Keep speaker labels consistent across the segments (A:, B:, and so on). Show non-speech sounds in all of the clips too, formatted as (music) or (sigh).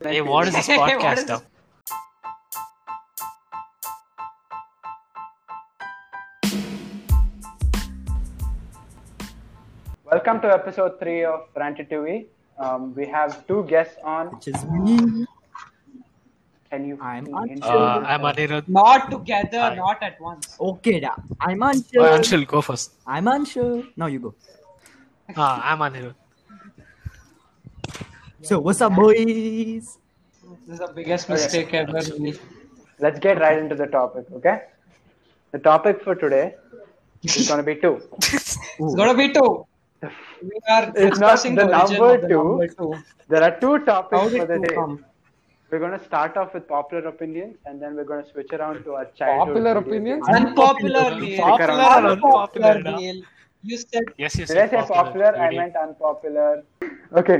A: Hey, what is this podcast
B: What is-
A: stuff?
B: Welcome to episode three of Ranted TV. Um, we have two guests on.
C: Which is me.
B: Can you?
C: I'm
B: please
C: on.
B: introduce
A: Uh, I'm
B: yourself?
A: Anirudh.
D: Not together,
A: Hi.
D: not at once.
C: Okay, da. I'm
A: Oh,
C: unsure.
A: Anshul, go first.
C: I'm unsure. Now you go.
A: Uh, I'm Anirudh.
C: So what's up, boys?
D: This is the biggest
B: Okay.
D: mistake ever. made.
B: Let's get right into the topic, okay? The topic for today is going to be two.
C: Oh,
D: It's gonna be two. We are
B: It's not
D: discussing
B: the
D: origin
B: number
D: of the
B: two.
D: number two.
B: There are two topics
D: How
B: for the
D: did
B: day.
D: two come?
B: We're going to start off with popular opinions, and then we're going to switch around to our childhood.
E: Popular
B: video
E: opinions?
B: games.
D: Unpopular
A: Unpopular.
D: deal.
B: Popular
A: or unpopular,
D: Unpopular
A: da?
D: deal. You said
A: Yes, yes.
B: Did I say popular? I meant unpopular. Okay.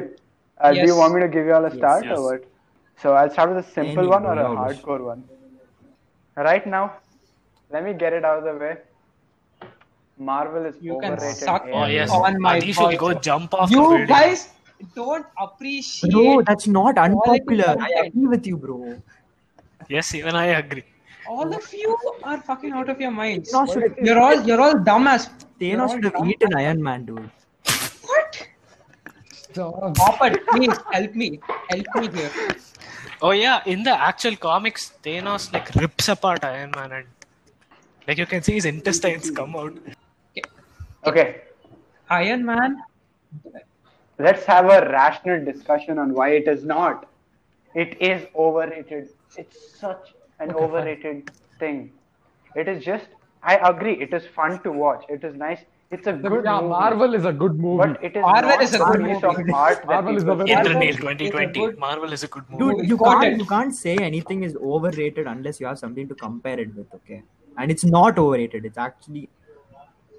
B: Uh, Do you
D: Yes.
B: want me to give you all a start
A: yes.
B: or what? So I'll start with a simple
C: Any
B: one or a
C: one of us.
B: hardcore one. Right now, let me get it out of the way. Marvel is
D: you can
B: overrated.
D: suck
A: Oh, yes.
D: on my
A: Anish will
D: balls.
A: go jump off the
D: You
A: building.
D: guys don't appreciate.
C: Bro, that's not
D: Quality
C: unpopular. I
D: content.
C: agree with you, bro.
A: Yes, even I agree.
D: all of you are fucking out of your minds.
C: Thanos should have,
D: You're all you're all dumb as
C: Thanos should have eaten Iron Man, dude.
D: what?
E: So,
D: Hopper, please help me. Help me here.
A: Oh, yeah. In the actual comics, Thanos like rips apart Iron Man and like you can see his intestines come out.
B: Okay.
D: Iron Man.
B: Let's have a rational discussion on why it is not. It is overrated. It's such an overrated thing. It is just, I agree, it is fun to watch. It is nice. It's a good
E: yeah,
B: movie.
E: Marvel is a good movie.
B: But it is
D: Marvel
B: not
D: is a
B: the
D: good
B: piece
D: movie.
B: of art that
E: Marvel Mhm. is
B: people
E: a very-
B: think.
A: Internet
D: is a
A: 2020.
D: good-
A: Marvel is a good movie.
C: Dude, you
D: Got
C: can't
D: it.
C: you can't say anything is overrated unless you have something to compare it with, okay? And it's not overrated. It's actually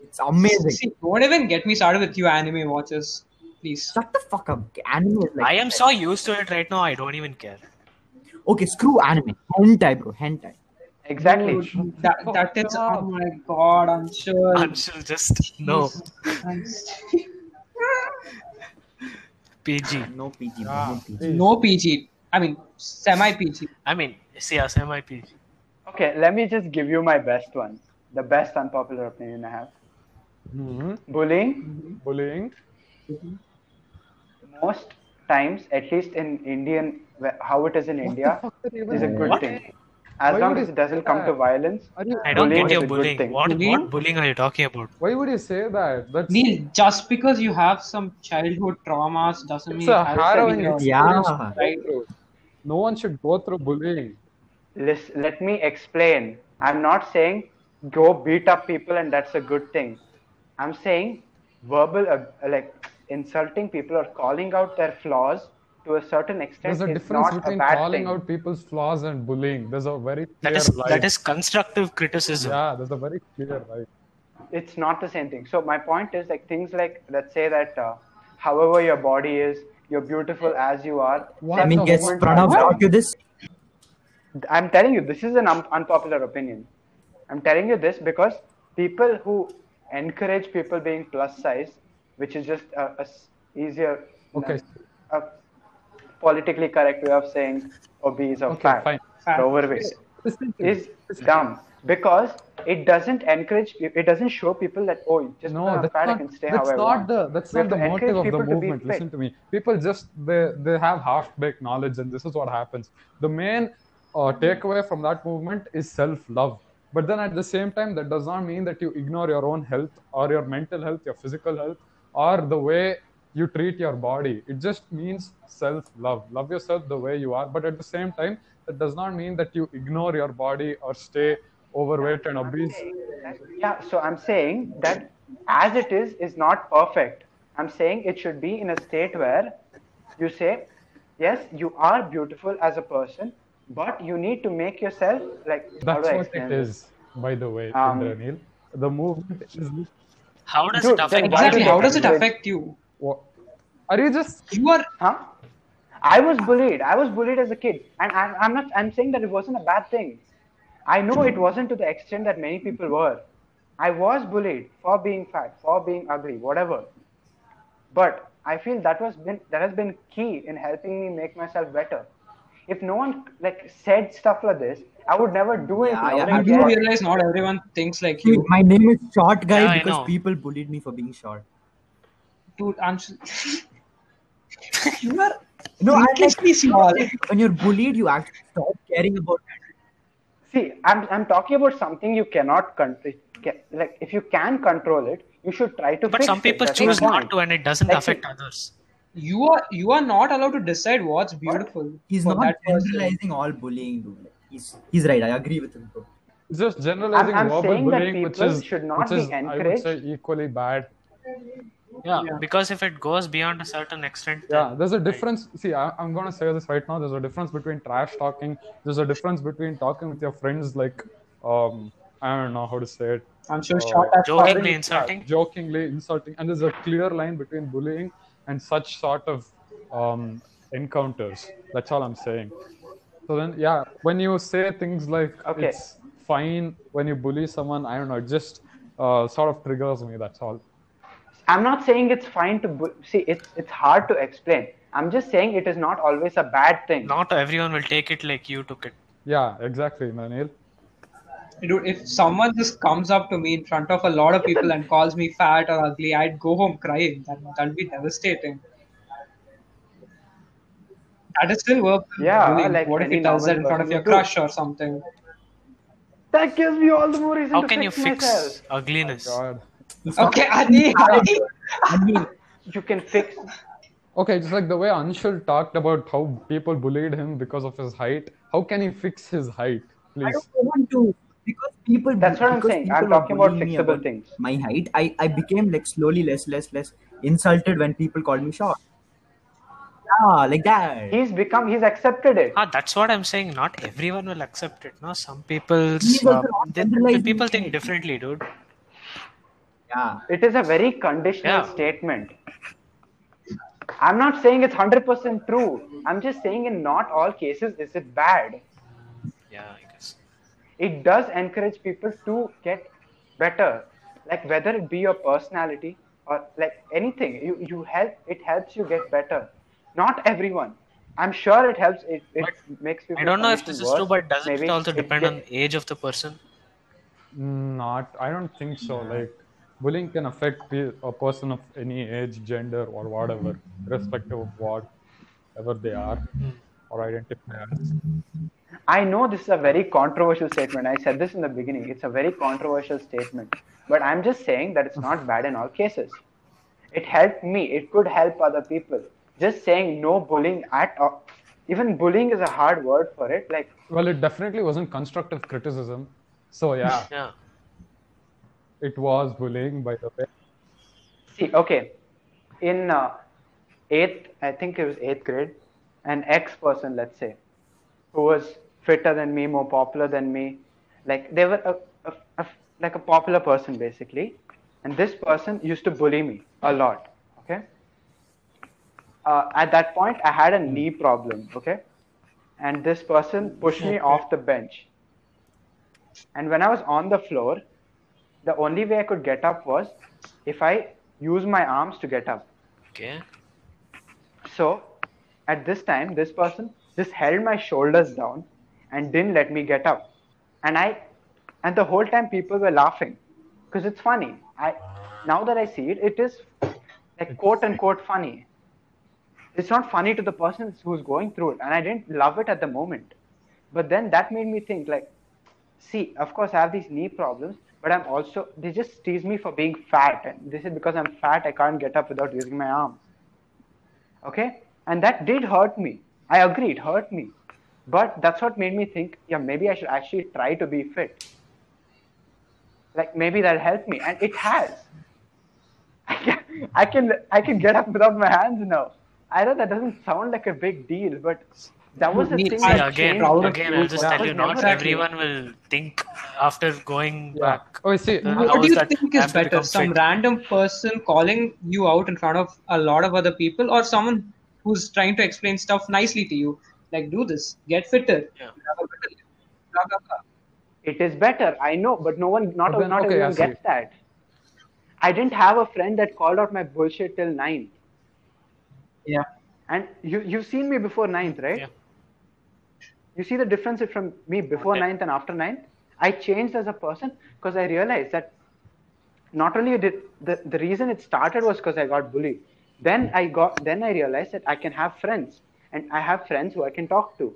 C: it's amazing.
D: See, don't even get me started with you anime watchers, please.
C: Shut the fuck up. Anime is like
A: I am so used to it right now, I don't even care.
C: okay. Screw anime. Hentai, bro. Hentai.
B: Exactly.
D: That, that is, oh my god, I'm sure.
A: Anshul, just no. PG.
C: No PG. bro,
A: Ah.
C: No
E: Yeah.
C: PG.
D: no PG. I mean, semi PG.
A: I mean, see, as semi PG.
B: Okay, let me just give you my best one. The best unpopular opinion I have.
E: Mhm.
B: Bullying,
E: Bullying.
B: most times, at least in Indian, where- how it is in India,
E: What the fuck
B: is a
E: even-
B: good
A: What?
B: thing. As
E: Why
B: long
E: would
B: as
E: you
B: it doesn't
E: say
B: come to
E: that?
B: violence.
E: Are you-
A: I don't
B: Bullying
A: get
B: is
A: your
B: a good
A: bullying.
B: thing.
A: What,
D: Bullying?
A: what bullying are you talking about?
E: Why would you say that? That's
D: Neil, just because you have some childhood traumas doesn't
E: It's
D: mean
E: a
D: it has to
E: harrowing
D: be your-
C: Yeah.
D: Right.
E: no one should go through bullying.
B: Lis- let me explain. I'm not saying go beat up people and that's a good thing. I'm saying verbal, ab- like insulting people or calling out their flaws to a certain extent
E: There's a
B: is
E: difference
B: not a
E: between
B: bad
E: calling
B: thing.
E: out people's flaws and bullying. There's a very clear
A: That is
E: line.
A: that is constructive criticism.
E: yeah, there's a very clear line.
B: it's not the same thing. So my point is like things like let's say that uh, however your body is, you're beautiful as you are.
E: What
C: I mean,
E: the
C: guess
E: moment
C: Pranav
E: I-
C: taught you this.
B: I'm telling you, this is an un- unpopular opinion. I'm telling you this because people who encourage people being plus size, which is just a, a s- easier,
E: Okay.
B: a politically correct way of saying obese or
E: Okay,
B: fat,
E: fine.
B: or overweight,
E: Listen to
B: is dumb because it doesn't encourage. pe- It doesn't show people that oh, just
E: no,
B: because I'm
E: that's
B: fat, I
E: not,
B: can stay
E: that's
B: how I
E: not
B: want.
E: the that's
B: We
E: not
B: have
E: the
B: to encourage
E: motive of the
B: people to be
E: movement.
B: fit.
E: Listen to me. People just they they have half-baked knowledge, and this is what happens. The main uh, takeaway from that movement is self-love. But then at the same time, that does not mean that you ignore your own health or your mental health, your physical health, or the way you treat your body. It just means self-love. Love yourself the way you are. But at the same time, that does not mean that you ignore your body or stay overweight and obese.
B: Yeah, so I'm saying that as it is is not perfect. I'm saying it should be in a state where you say, yes, you are beautiful as a person, but you need to make yourself like. how
E: That's
B: do I
E: what
B: explain
E: it
B: this?
E: is, by the way,
B: Um,
E: Indranil. The movement is.
A: How does
B: Dude,
A: it affect
B: then why
D: Exactly.
B: do
A: bullying?
B: they
D: How does it
B: encourage-
D: affect you?
E: What, are you just.
D: You are
B: Huh? I was bullied. I was bullied as a kid, and I'm, I'm not. I'm saying that it wasn't a bad thing. I know it wasn't to the extent that many people were. I was bullied for being fat, for being ugly, whatever. But I feel that was been that has been key in helping me make myself better. if no one like said stuff like this, I would never do it.
C: Yeah,
B: now.
C: yeah,
B: Like,
D: You do
B: yeah.
D: realize not everyone thinks like
C: Dude,
D: you.
C: my name is Short Guy
A: Yeah, I know.
C: because people bullied me for being short.
D: Dude, answer. (laughs)
C: You are no, I like
D: Ridiculously small.
C: (laughs) when you're bullied, you actually stop caring about
B: See, I'm I'm talking about something you cannot control. Like if you can control it, you should try to.
A: But
B: fix
A: some
B: it.
A: people
B: That's
A: choose
B: my
A: not
B: point.
A: to, and it doesn't
B: Like,
A: affect
B: see-
A: others.
D: You are you are not allowed to decide what's beautiful.
C: He's
D: for
C: not
D: that person.
C: generalizing all bullying, dude. Like, He's he's right. I agree with him, bro.
E: It's just generalizing
B: I'm
E: verbal
B: saying that
E: bullying, which
B: people
E: is
B: should not
E: which
B: be
E: is I would
B: encouraged.
E: say equally bad.
A: Yeah, because if it goes beyond a certain extent,
E: Yeah, there's a difference. See, I, I'm gonna say this right now. There's a difference between trash talking. There's a difference between talking with your friends, like, um, I don't know how to say it,
D: I'm sure
E: Oh.
D: short as
A: jokingly insulting.
E: jokingly insulting. And there's a clear line between bullying and such sort of um, encounters. That's all I'm saying. So then, yeah, when you say things like
B: Okay.
E: it's fine when you bully someone, I don't know, it just uh, sort of triggers me. That's all.
B: I'm not saying it's fine to bu- see. It's it's hard to explain. I'm just saying it is not always a bad thing.
A: Not everyone will take it like you took it.
E: Yeah, exactly, Manil.
D: Dude, if someone just comes up to me in front of a lot of people and calls me fat or ugly, I'd go home crying. That that'll be devastating. That is still worth
B: Yeah,
D: doing.
B: like
D: what if
B: any
D: he does that in
B: normal
D: front of
B: person
D: your
B: would do.
D: crush or something?
B: That gives me all the more reason
A: How
B: to
A: can you
B: fix,
A: fix
B: myself.
A: ugliness?
E: Oh God.
D: Okay, Ani, Ani.
B: (laughs) You can fix.
E: Okay, just like the way Anshul talked about how people bullied him because of his height, how can he fix his height,
C: I
E: please?
C: don't want to because people.
B: That's what I'm
C: because
B: saying.
C: people
B: I'm talking
C: were
B: about
C: bullying me
B: fixable things.
C: My height. I I became like slowly less less less insulted when people called me short. Yeah, like that.
B: He's become. He's accepted it.
A: Ah, that's what I'm saying. Not everyone will accept it. No, some people.
C: He was not generalizing
A: people
C: it.
A: think differently, dude.
C: Yeah.
B: It is a very conditional
A: Yeah.
B: statement. I'm not saying it's 100% true. I'm just saying in not all cases is it bad.
A: Yeah, I guess.
B: It does encourage people to get better. Like whether it be your personality or like anything, you, you help it helps you get better. Not everyone. I'm sure it helps. It, it makes people.
A: I don't know if
B: condition
A: this is true,
B: worse.
A: but does not
B: Maybe
A: it also
B: it
A: depend
B: gets-
A: on age of the person?
E: Not, I don't think so. Like, bullying can affect pe- a person of any age, gender, or whatever, irrespective of what, ever they are
A: Hmm.
E: or identify as.
B: I know this is a very controversial statement. I said this in the beginning. It's a very controversial statement. But I'm just saying that it's not bad in all cases. It helped me. It could help other people. Just saying no bullying at all. Even bullying is a hard word for it. Like,
E: Well, it definitely wasn't constructive criticism. So,
A: (laughs)
E: yeah,
A: Yeah.
E: it was bullying, by the way.
B: see, okay. In uh, eighth, I think it was eighth grade, an ex person, let's say, who was fitter than me, more popular than me. Like they were a, a, a, like a popular person basically, and this person used to bully me a lot. Okay. Uh, at that point, I had a knee problem. Okay, and this person pushed me off the bench. And when I was on the floor, the only way I could get up was if I use my arms to get up.
A: Okay.
B: So at this time, this person just held my shoulders down and didn't let me get up. And I and the whole time people were laughing. Because it's funny. I now that I see it, it is like quote unquote funny. It's not funny to the person who's going through it. And I didn't love it at the moment. But then that made me think like, see, of course I have these knee problems, but I'm also they just tease me for being fat. And this is because I'm fat, I can't get up without using my arms okay and that did hurt me i agree it hurt me but that's what made me think yeah maybe i should actually try to be fit like maybe that'll help me and it has (laughs) i can i can, I can get up without my hands now i know that doesn't sound like a big deal but that was the
D: Me-
B: thing
A: See,
D: I
B: that
A: again,
B: changed
D: proud of
A: again,
D: you
A: I'll just
D: for
A: tell
D: that.
A: you, not
D: Exactly.
A: everyone will think after going
E: Yeah.
A: back.
E: Oh, see,
A: Uh,
D: What
A: How
D: do
A: is
D: you
A: that
D: think is
A: after
D: better?
A: become
D: Some
A: fit?
D: random person calling you out in front of a lot of other people, or someone who's trying to explain stuff nicely to you, like do this, get fitter.
A: Yeah.
D: you have a better life, blah, blah, blah.
B: it is better i know but no one not,
E: But then,
B: not
E: okay,
B: everyone
E: I see.
B: gets that i didn't have a friend that called out my bullshit till 9
D: Yeah.
B: and you you've seen me before ninth right
A: Yeah.
B: You see the difference from me before
A: Okay.
B: ninth and after ninth. I changed as a person because I realized that not only did the, the reason it started was because I got bullied. Then I got then I realized that I can have friends and I have friends who I can talk to.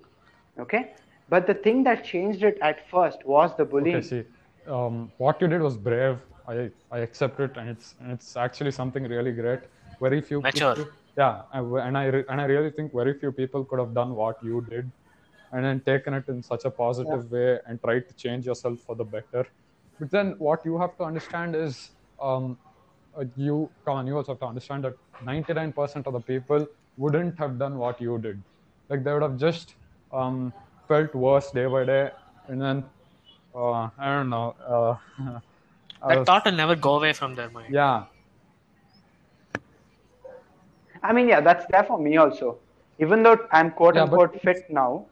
B: Okay. But the thing that changed it at first was the bullying.
E: Okay, see, um, what you did was brave. I, I accept it, and it's and it's actually something really great. Very few
A: Mature.
E: people- yeah, I w- and I re- and I really think very few people could have done what you did, and then taken it in such a positive way and tried to change yourself for the better. But then what you have to understand is, um, uh, you come on, you also have to understand that 99% of the people wouldn't have done what you did. Like they would have just um, felt worse day by day, and then uh, I don't know. Uh, (laughs) I
A: That
E: was-
A: thought will never go away from their mind.
E: yeah,
B: I mean, yeah, that's there for me also. Even though I'm quote
E: Yeah, but-
B: unquote fit now,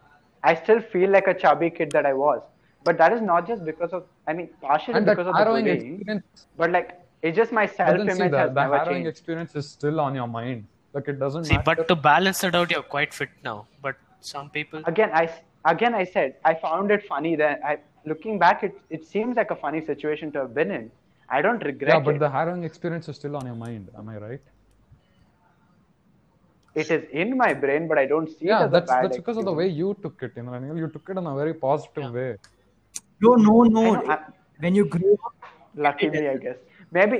B: I still feel like a chubby kid that I was. But that is not just because of, I mean, partially
E: and that
B: because of the
E: harrowing
B: bullying,
E: experience.
B: but like it's just my
E: I
B: self
E: didn't see
B: image
E: that.
B: has
E: The
B: never
E: harrowing
B: changed.
E: experience is still on your mind. Like it doesn't
A: See,
E: matter.
A: but to balance it out, you're quite fit now. But some people,
B: again, I s- again I said I found it funny that I looking back, it it seems like a funny situation to have been in. I don't regret
E: yeah, but
B: it.
E: the harrowing experience is still on your mind. Am I right?
B: it is in my brain, but I don't see it
E: Yeah,
B: as a
E: that's
B: bad
E: that's because of the way you took it, Imranil. You took it in a very positive
A: Yeah.
E: way.
C: No, no,
B: I
C: no.
B: know, I-
C: when you grow up,
B: lucky me i guess maybe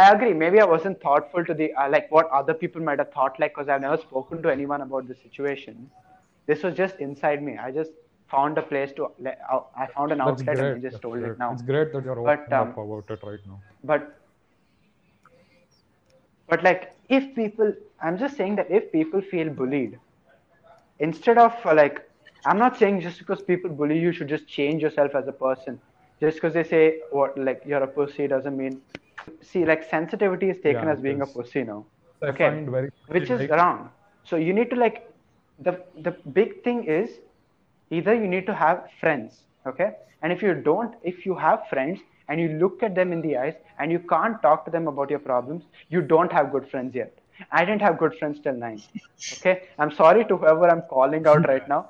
B: i agree maybe i wasn't thoughtful to the uh, like what other people might have thought like because i've never spoken to anyone about the situation this was just inside me i just found a place to le- out- i found an
E: That's
B: outlet
E: great.
B: and I just
E: that's
B: told
E: great.
B: it now
E: It's great that you're
B: But,
E: open up
B: um,
E: about it right now.
B: but but like if people i'm just saying that if people feel bullied instead of uh, like i'm not saying just because people bully you should just change yourself as a person just because they say what like you're a pussy doesn't mean see like sensitivity is taken
E: Yeah,
B: as being a
E: because-
B: pussy now
E: I
B: okay
E: find very
B: which is
E: like-
B: wrong so you need to like the the big thing is either you need to have friends okay and if you don't if you have friends and you look at them in the eyes and you can't talk to them about your problems you don't have good friends yet i didn't have good friends till 9 okay i'm sorry to whoever i'm calling out right now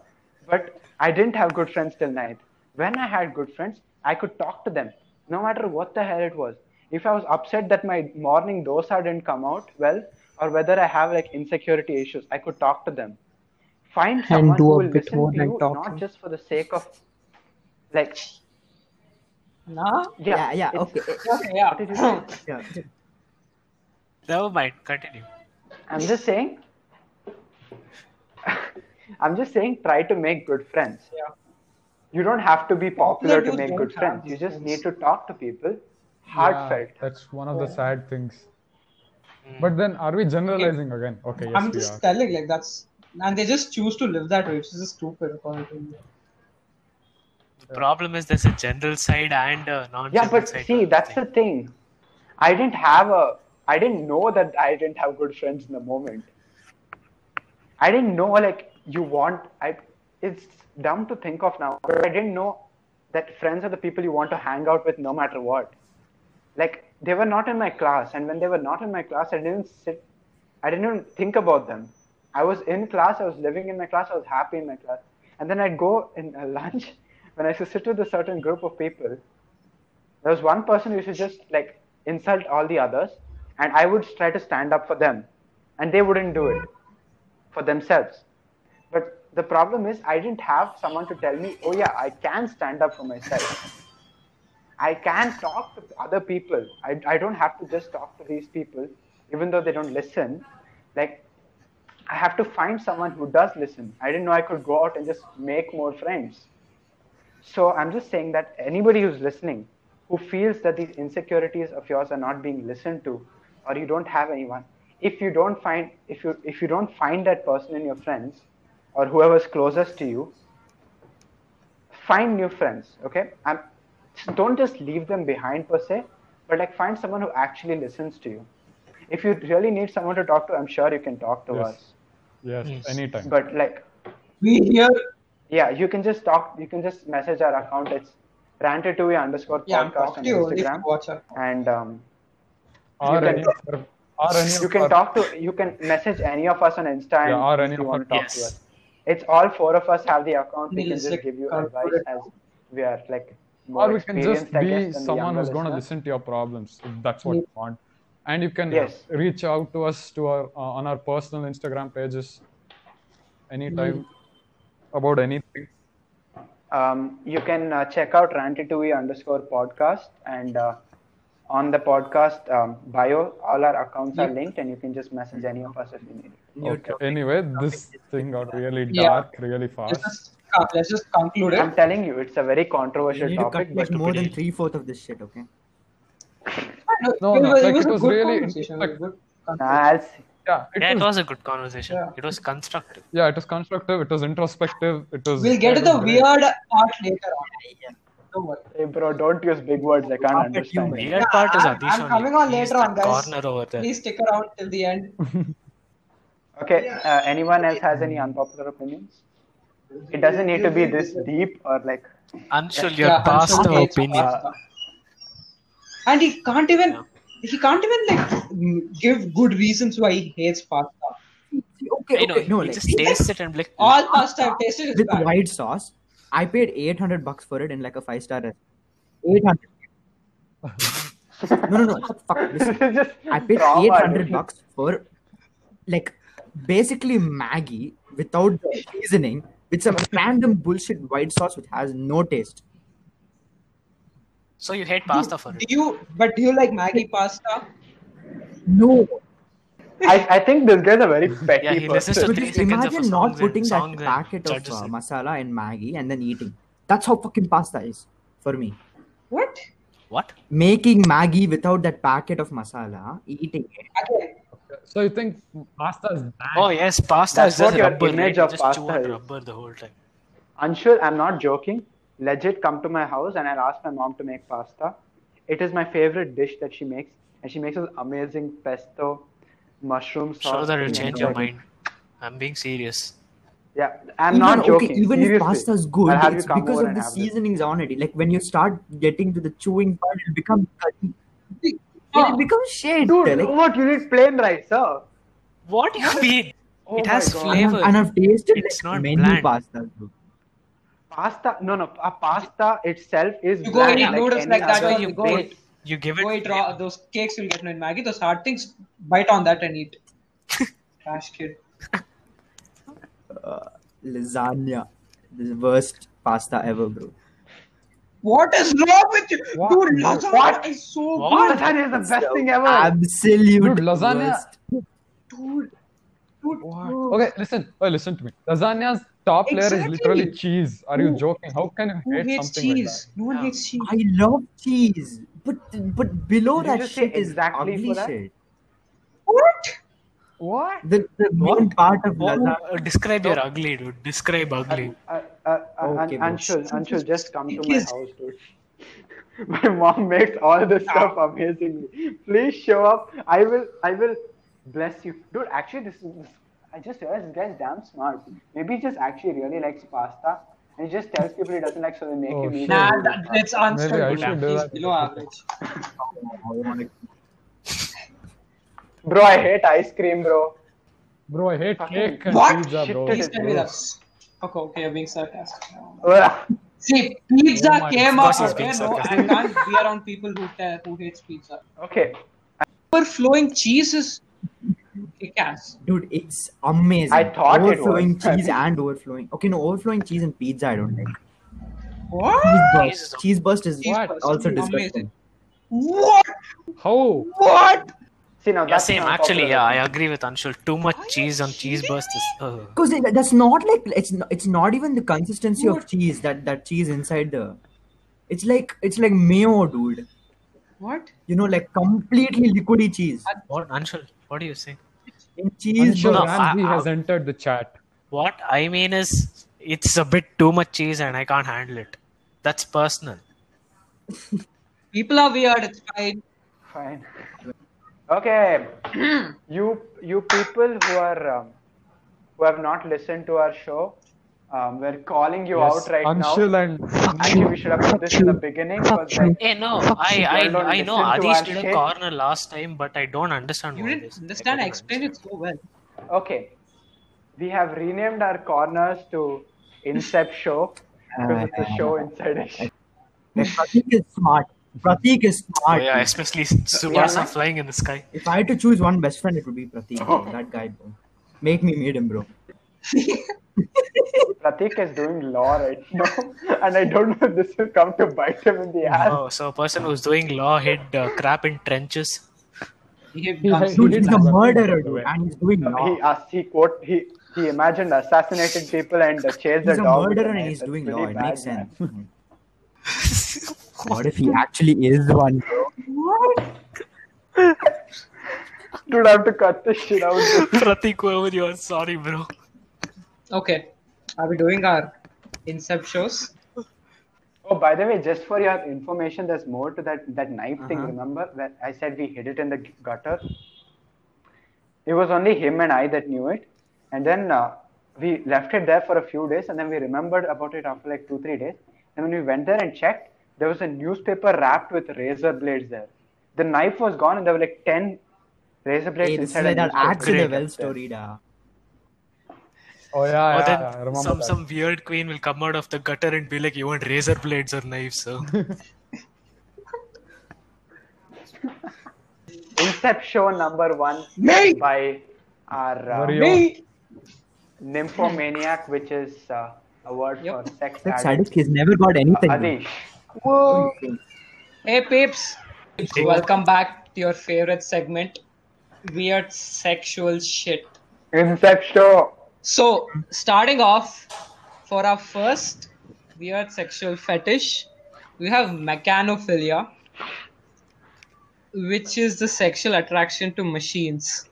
B: but i didn't have good friends till 9 when i had good friends i could talk to them no matter what the hell it was if i was upset that my morning dosa didn't come out well or whether i have like insecurity issues i could talk to them find someone
D: do
B: who
D: a
B: will
D: bit
B: listen
D: more
B: to
D: than
B: you,
D: talking.
B: not just for the sake of like
D: Nah.
B: yeah
C: yeah, yeah,
B: it's- (laughs)
C: okay.
D: Okay, yeah.
B: What did you say?
C: Yeah.
A: never mind. Continue.
B: I'm just saying. (laughs) I'm just saying. Try to make good friends.
D: Yeah.
B: You don't have to be popular
D: Popular
B: to make
D: dudes
B: good
D: don't
B: friends.
D: have
B: You just
D: friends.
B: need to talk to people.
E: Yeah,
B: Heartfelt.
E: that's one of the
A: Oh.
E: sad things.
A: Mm.
E: But then, are we generalizing again? Okay, yes,
D: I'm
E: we
D: just
E: are.
D: telling like that's and they just choose to live that way, which is just stupid according to me.
A: The problem is there's a general side and a non-general
B: Yeah, but
A: side.
B: see, that's the thing. I didn't have a. I didn't know that I didn't have good friends in the moment. I didn't know like you want. I. It's dumb to think of now, but I didn't know that friends are the people you want to hang out with no matter what. Like they were not in my class, and when they were not in my class, I didn't sit. I didn't even think about them. I was in class. I was living in my class. I was happy in my class. And then I'd go in uh, (laughs) lunch when I used to sit with a certain group of people there was one person who used to just like insult all the others and i would try to stand up for them and they wouldn't do it for themselves but the problem is i didn't have someone to tell me oh yeah i can stand up for myself i can talk to other people i, I don't have to just talk to these people even though they don't listen like i have to find someone who does listen i didn't know i could go out and just make more friends so I'm just saying that anybody who's listening who feels that these insecurities of yours are not being listened to or you don't have anyone, if you don't find if you if you don't find that person in your friends or whoever's closest to you, find new friends. Okay? I'm, don't just leave them behind per se, but like find someone who actually listens to you. If you really need someone to talk to, I'm sure you can talk to
E: Yes.
B: us.
E: Yes,
A: Yes.
E: anytime.
B: But like
D: We here
B: yeah, you can just talk. You can just message our account. It's ranted2a underscore
D: yeah, I'm
B: podcast
D: talking
B: on
D: to you only if you
B: Instagram.
D: watch our
B: And um,
E: or,
B: you
E: any
B: can-
E: of our- or any
B: you
E: of
B: can
E: our-
B: talk to, you can message any of us on Insta. and
E: Yeah, or
B: if
E: any
B: you
E: of
B: want
E: our-
B: to talk to
A: Yes.
B: us. It's all four of us have the account. We
D: Neil
B: can
D: is
B: just
D: like
B: give you
D: corporate.
B: advice as we are like more
E: or we can just
B: experienced, I guess,
E: be
B: than the
E: someone
B: younger
E: who's going to
B: listeners.
E: listen to your problems if that's what you want and you can
B: Yes.
E: reach out to us to our uh, on our personal instagram pages anytime about anything
B: Um, you can uh, check out Rantitouille underscore podcast and uh, on the podcast um, bio, all our accounts are linked, and you can just message any of us if you need it.
C: New
E: okay
C: topic.
E: anyway this thing got really
D: Yeah.
E: dark really
D: Let's
E: fast
D: just, uh, let's just conclude
B: I'm
D: it.
B: telling you, it's a very
C: You
B: controversial
C: need to cut
B: topic,
C: like
B: but
C: more than three fourth of this shit, okay?
E: No, no, like, it was
D: a good
E: really-
D: conversation,
E: like-
D: a good conversation.
B: I'll see.
E: yeah it,
A: yeah, it
E: was,
A: was a good conversation.
D: Yeah.
A: It was constructive.
E: yeah it was constructive it was introspective it was
D: We'll get to
E: it
D: the
E: was great.
D: weird part later on. Don't worry.
B: Hey, bro, don't use big words. I can't
C: Stop it, you
B: understand.
A: The
B: it.
A: weird part is
D: I'm-
A: Adish
D: I'm coming on
A: He's
D: later
A: the
D: on, guys.
A: Corner over there.
D: Please stick around till the end.
B: Okay, uh, anyone else has any unpopular opinions? It doesn't need to be this deep or like.
A: Anshul,
D: Yeah, Uh,
A: you're
D: I'm
A: past
D: sorry,
A: the
D: it's
A: opinion.
D: past the- And he can't even he can't even like m- give good reasons why he hates pasta.
C: Okay,
A: you know,
C: okay, no,
A: he
C: like
A: just tastes it and be like,
D: All pasta I've tasted is
C: with
D: bad.
C: white sauce. I paid eight hundred bucks for it in like a five star restaurant. Eight hundred. no, no, no. Fuck,
B: this
C: listen.
B: is just
C: I paid
B: trauma,
C: eight hundred
B: dude.
C: bucks for like basically Maggie without the seasoning with some random bullshit white sauce which has no taste.
A: so you hate pasta for
D: Do
A: it.
D: you but do you like Maggie pasta?
C: No.
B: I, I think this guy's a
A: (laughs)
B: very petty
A: Yeah, he listens to
B: person.
C: So
A: three
C: just
A: seconds of a
C: imagine
A: song
C: not putting
A: and,
C: that
A: song
C: packet
A: and
C: of
A: judges
C: uh,
A: it.
C: masala in Maggie and then eating. That's how fucking pasta is for me.
D: What?
A: What?
C: Making Maggie without that packet of masala, eating it.
D: Again.
E: so you think pasta is bad
A: Oh yes, pasta
B: That's
A: is just
B: what your
A: rubber.
B: image
A: right? You
B: of
A: just chew
B: pasta
A: on
B: is.
A: rubber the whole time.
B: Anshul, I'm not joking. Legit, come to my house and I'll ask my mom to make pasta. It is my favorite dish that she makes, and she makes this amazing pesto, mushroom sauce.
A: Sure that will
B: thing
A: change
B: and
A: your
B: everything.
A: mind. I'm being serious.
B: Yeah, I'm
C: even,
B: not joking.
C: Okay, even
B: Seriously.
C: if pasta is good,
B: I'll have
C: it's
B: you come
C: because
B: over
C: of
B: and
C: the
B: have this.
C: seasonings on it. Like when you start getting to the chewing part, it becomes curry.
D: Ah.
C: It becomes shade.
B: Dude,
C: like,
B: what? You need plain rice, sir.
A: What do
B: (laughs)
A: you mean?
B: Oh
A: it
B: my
A: has
B: God.
C: and, I've,
A: flavor.
C: and I've tasted
A: It's not
C: like many
A: bland.
C: pastas. Bro.
B: Pasta, no, no, a pasta itself is
D: You go
B: bland,
D: eat noodles
B: any
D: like that,
A: That's why
B: other-
D: you
A: you
D: go
A: bake-
D: eat-
A: You give
D: Go
A: it.
D: eat raw those cakes will get in Maggie, those hard things, bite on that and
E: (laughs)
D: eat. Trash kid.
C: Lasagna, the worst pasta ever, bro.
D: What is wrong with you?
E: What?
D: Dude, lasagna
B: What?
D: is so
A: What?
B: Lasagna is the best thing ever.
C: Absolute
E: Dude, lasagna-
C: worst.
D: good. Dude. Dude.
E: What? Okay, listen. Oh, listen to me. Lasagna's top layer is
D: Exactly.
E: literally cheese. Are you
D: Who-
E: joking? How can you
D: Who
E: hate
D: hates
E: something
D: cheese? No one
A: Yeah.
D: hates cheese.
C: I love cheese, but but below
B: Did you
C: that
B: just say
C: shit is
B: exactly
C: ugly
B: for that?
C: shit.
D: What?
E: like that?
C: The the main part of
A: What?
C: lasagna.
A: Uh, describe your ugly, dude. Describe ugly.
B: Uh, uh, uh,
C: Okay, bro.
B: An- Anshul, Anshul, just come to my
D: Please.
B: house, dude. (laughs) My mom makes all
D: Ah.
B: this stuff amazingly. Please show up. I will. I will bless you, dude. Actually, this is. I just realized this guy's damn smart. Maybe he just actually really likes pasta, and he just tells people he doesn't like, so they make
E: Oh,
B: him eat.
E: shit.
D: Nah,
B: it.
D: that, that's answered.
E: Maybe I
D: He's
E: should do that.
D: below average.
B: Bro, I hate ice cream, bro. (laughs)
E: Bro, I hate
B: Fucking
E: cake and
D: What?
E: pizza, bro.
B: Shit,
D: Please tell me
E: Bro.
D: that's. Okay, okay, you're being sarcastic.
B: Ugh.
D: See, pizza
E: Oh my-
A: Of
D: came up.
A: course he's
D: Okay,
A: being
D: no, I
A: sarcastic.
D: can't be around people who tell, who hates pizza.
B: Okay,
D: Overflowing cheese is. It can.
C: Dude, it's amazing.
B: I thought it was.
C: overflowing
B: (laughs)
C: cheese and overflowing. Okay, no, overflowing cheese and pizza. I don't like. Cheese
D: What?
C: burst, cheese burst is
D: Cheese burst.
C: also
D: Amazing.
C: disgusting.
D: What?
E: How?
D: What?
B: see now
A: Yeah,
B: that's
A: same.
B: not
A: Actually,
B: popular.
A: yeah, I agree with Anshul. Too much
D: Are you
A: cheese on cheese burst is. uh, Ugh.
C: Because that's not like it's not, it's not even the consistency of
D: Dude.
C: cheese that that cheese inside the. It's like it's like mayo, dude.
D: What?
C: You know, like completely liquidy cheese.
A: What, Anshul? What do you say?
C: In cheese
E: Anshul
A: No,
C: burst.
E: Ramsey
A: I- I-
E: has entered the chat.
A: What I mean is, it's a bit too much cheese and I can't handle it. That's personal.
D: People are weird. It's fine.
B: Fine.
A: (clears throat)
B: Okay, you you people who are um, who have not listened to our show, um, we're calling you
E: Yes,
B: out right
E: Anshul
B: now.
E: and Oh,
B: Actually, we should have put this in the beginning. 'cause, like,
A: Hey, Eh, no,
B: you,
A: I I,
B: y'all don't
A: I know
B: listen to
A: Adish
B: our
A: did a
B: shit.
A: corner last time, but I don't understand
D: You
A: what
D: didn't
A: it Oh, is.
D: understand. I
A: couldn't
D: explained it so well.
B: okay, we have renamed our corners to Incept Show because it's a show inside a
E: (laughs)
B: show.
C: Pratik is smart. Pratik is
A: Oh,
C: smart.
A: yeah, especially Subasa
D: Yeah.
A: flying in the sky.
C: If I had to choose one best friend, it would be Pratik. bro. That guy, bro. Make me meet him, bro.
B: Pratik is doing law right now, (laughs) and I don't know if this will come to bite him in the ass.
A: Oh, so a person who's doing law hid uh, crap in trenches.
D: He
A: (laughs)
E: has-
D: comes-
E: He
C: Dude,
E: did
C: he's a
E: have a-
C: murderer, dude, and he's doing law.
B: He asked, he quote, he he imagined assassinated people and uh, chased
C: He's
B: the
C: a
B: dog. with a
C: murderer and
B: knife.
C: he's
B: That's
C: doing
B: pretty
C: law. It
B: bad,
C: makes
B: man.
C: sense.
A: (laughs)
C: What if he actually is one? bro?
B: Dude, I have to cut this shit out.
A: Pratik, whoever you are, sorry, bro.
D: Okay. Are we doing our Incept shows?
B: Oh, by the way, just for your information, there's more to that that knife thing.
C: Uh-huh.
B: Remember that I said we hid it in the g- gutter. It was only him and I that knew it, and then uh, we left it there for a few days, and then we remembered about it after like two three days. And when we went there and checked, there was a newspaper wrapped with razor blades there. The knife was gone, and there were like ten razor blades
C: Hey, this is
B: inside.
C: like
B: a
C: that axe in the
A: Great.
C: well story, da.
E: Oh yeah,
A: or
E: yeah,
A: then
E: yeah, I remember
A: some
E: that.
A: some weird queen will come out of the gutter and be like, "You want razor blades or knives?" So
B: Inception number one
D: Me!
B: by our uh,
E: Very
D: Me!
B: nymphomaniac, which is uh, a word
D: Yep.
B: for sex
C: That
B: addict.
C: sadist, he's never got anything. bro.
B: Adish.
D: Whoa! Hey, Pips! Welcome back to your favorite segment, Weird Sexual Shit.
B: Inception.
D: So, starting off for our first weird sexual fetish, we have mechanophilia, which is the sexual attraction to machines.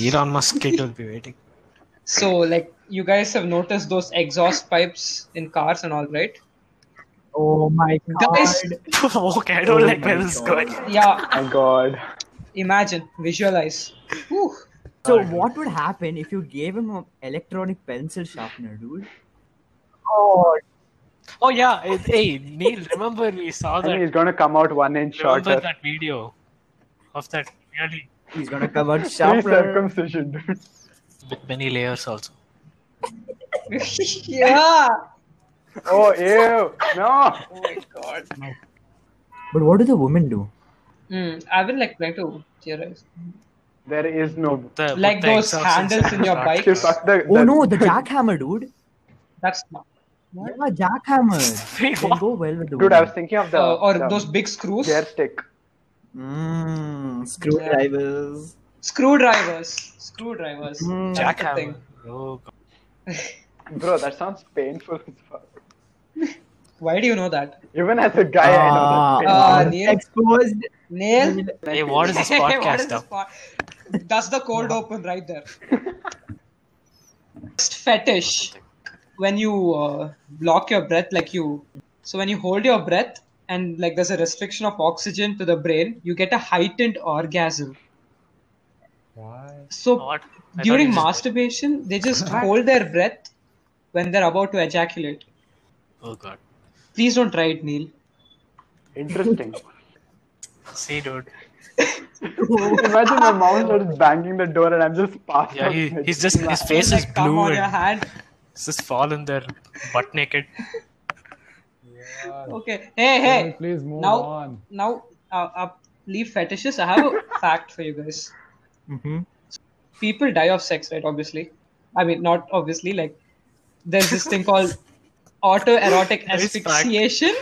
A: Elon Musk kid will be (laughs) waiting.
D: So, like, you guys have noticed those exhaust pipes in cars and all, right?
C: Oh my god.
D: Guys,
A: okay, I don't like where this is going.
D: yeah,
B: My God.
D: imagine, visualize. Whew. (laughs)
C: So what would happen if you gave him an electronic pencil sharpener, dude?
A: Oh yeah, eh, hey Neil, remember we saw
B: And
A: that?
B: he's gonna come out one inch
A: Remember
B: shorter.
A: that video of that really
C: He's gonna come out
B: Three
C: sharper.
B: circumcision, dude.
A: with many layers also.
D: yeah!
B: Oh, ew. No.
D: Oh my god.
C: But what do the women do?
D: Hmm, I will like try to theorize.
B: There is no.
A: The,
D: Like
A: with the
D: those
A: exhaust
D: handles in your
A: inside.
D: bike.
B: You
A: (laughs)
B: suck the,
C: Oh
B: the- (laughs)
C: no, the jackhammer, dude.
D: That's not.
C: Yeah, jackhammer.
A: Wait,
C: Can
A: what?
C: go well with the
B: Dude, I was thinking of the.
D: Uh, or
B: the
D: those big screws.
B: gear stick.
C: Mmm, screwdrivers.
D: Screwdrivers. Screwdrivers.
A: Hmm.
C: Mm.
D: That's the
A: Jackhammer.
D: thing.
A: Oh, God.
B: Bro, that sounds painful as fuck.
D: Why do you know that?
B: Even as a guy, I know
D: Ah,
A: Uh,
B: that's
D: ah,
B: painful.
D: Neil.
C: exposed.
D: Nail.
A: Hey, what is this
D: (laughs) What
A: podcast
D: is this
A: now?
D: pod- That's the cold open right there. Next fetish. When you uh, block your breath, like you. So when you hold your breath and like there's a restriction of oxygen to the brain, you get a heightened orgasm.
E: Why?
D: So
A: Oh, What? I thought you
D: during
A: just-
D: masturbation, they just hold their breath when they're about to ejaculate.
A: Oh god.
D: Please don't try it, Neil.
B: Interesting.
A: See, dude.
B: Imagine my mom sort of banging the door and I'm just passed
A: Yeah,
D: (laughs)
B: out.
A: he, he's just his face is
D: like, come
A: blue
D: on your
A: and
D: hand.
A: he's just fallen there, butt
D: (laughs)
A: naked.
D: Okay. Hey,
E: Can we
D: hey.
E: please move
D: now,
E: on.
D: now, uh, uh, leave fetishes. I have a (laughs) fact for you guys.
C: Mm-hmm.
D: People die of sex, right? Obviously, I mean, not obviously. Like, there's this thing
A: (laughs)
D: called autoerotic
A: Nice fact.
D: asphyxiation,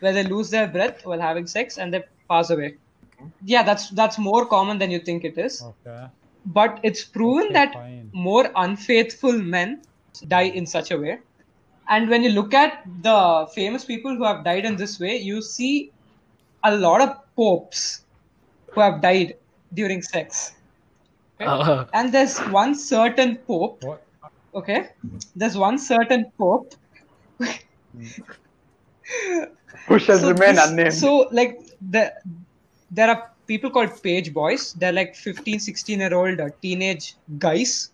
D: where they lose their breath while having sex and they pass away. Yeah, that's that's more common than you think it is.
E: Okay.
D: But it's proven
E: Okay,
D: that
E: fine.
D: more unfaithful men die in such a way. And when you look at the famous people who have died in this way, you see a lot of popes who have died during sex.
A: Uh,
D: And there's one certain pope,
E: What?
D: okay? There's one certain pope
B: Who shall remain
D: this-
B: unnamed.
D: So, like, the, there are people called page boys. They're like 15, 16 year old uh, teenage guys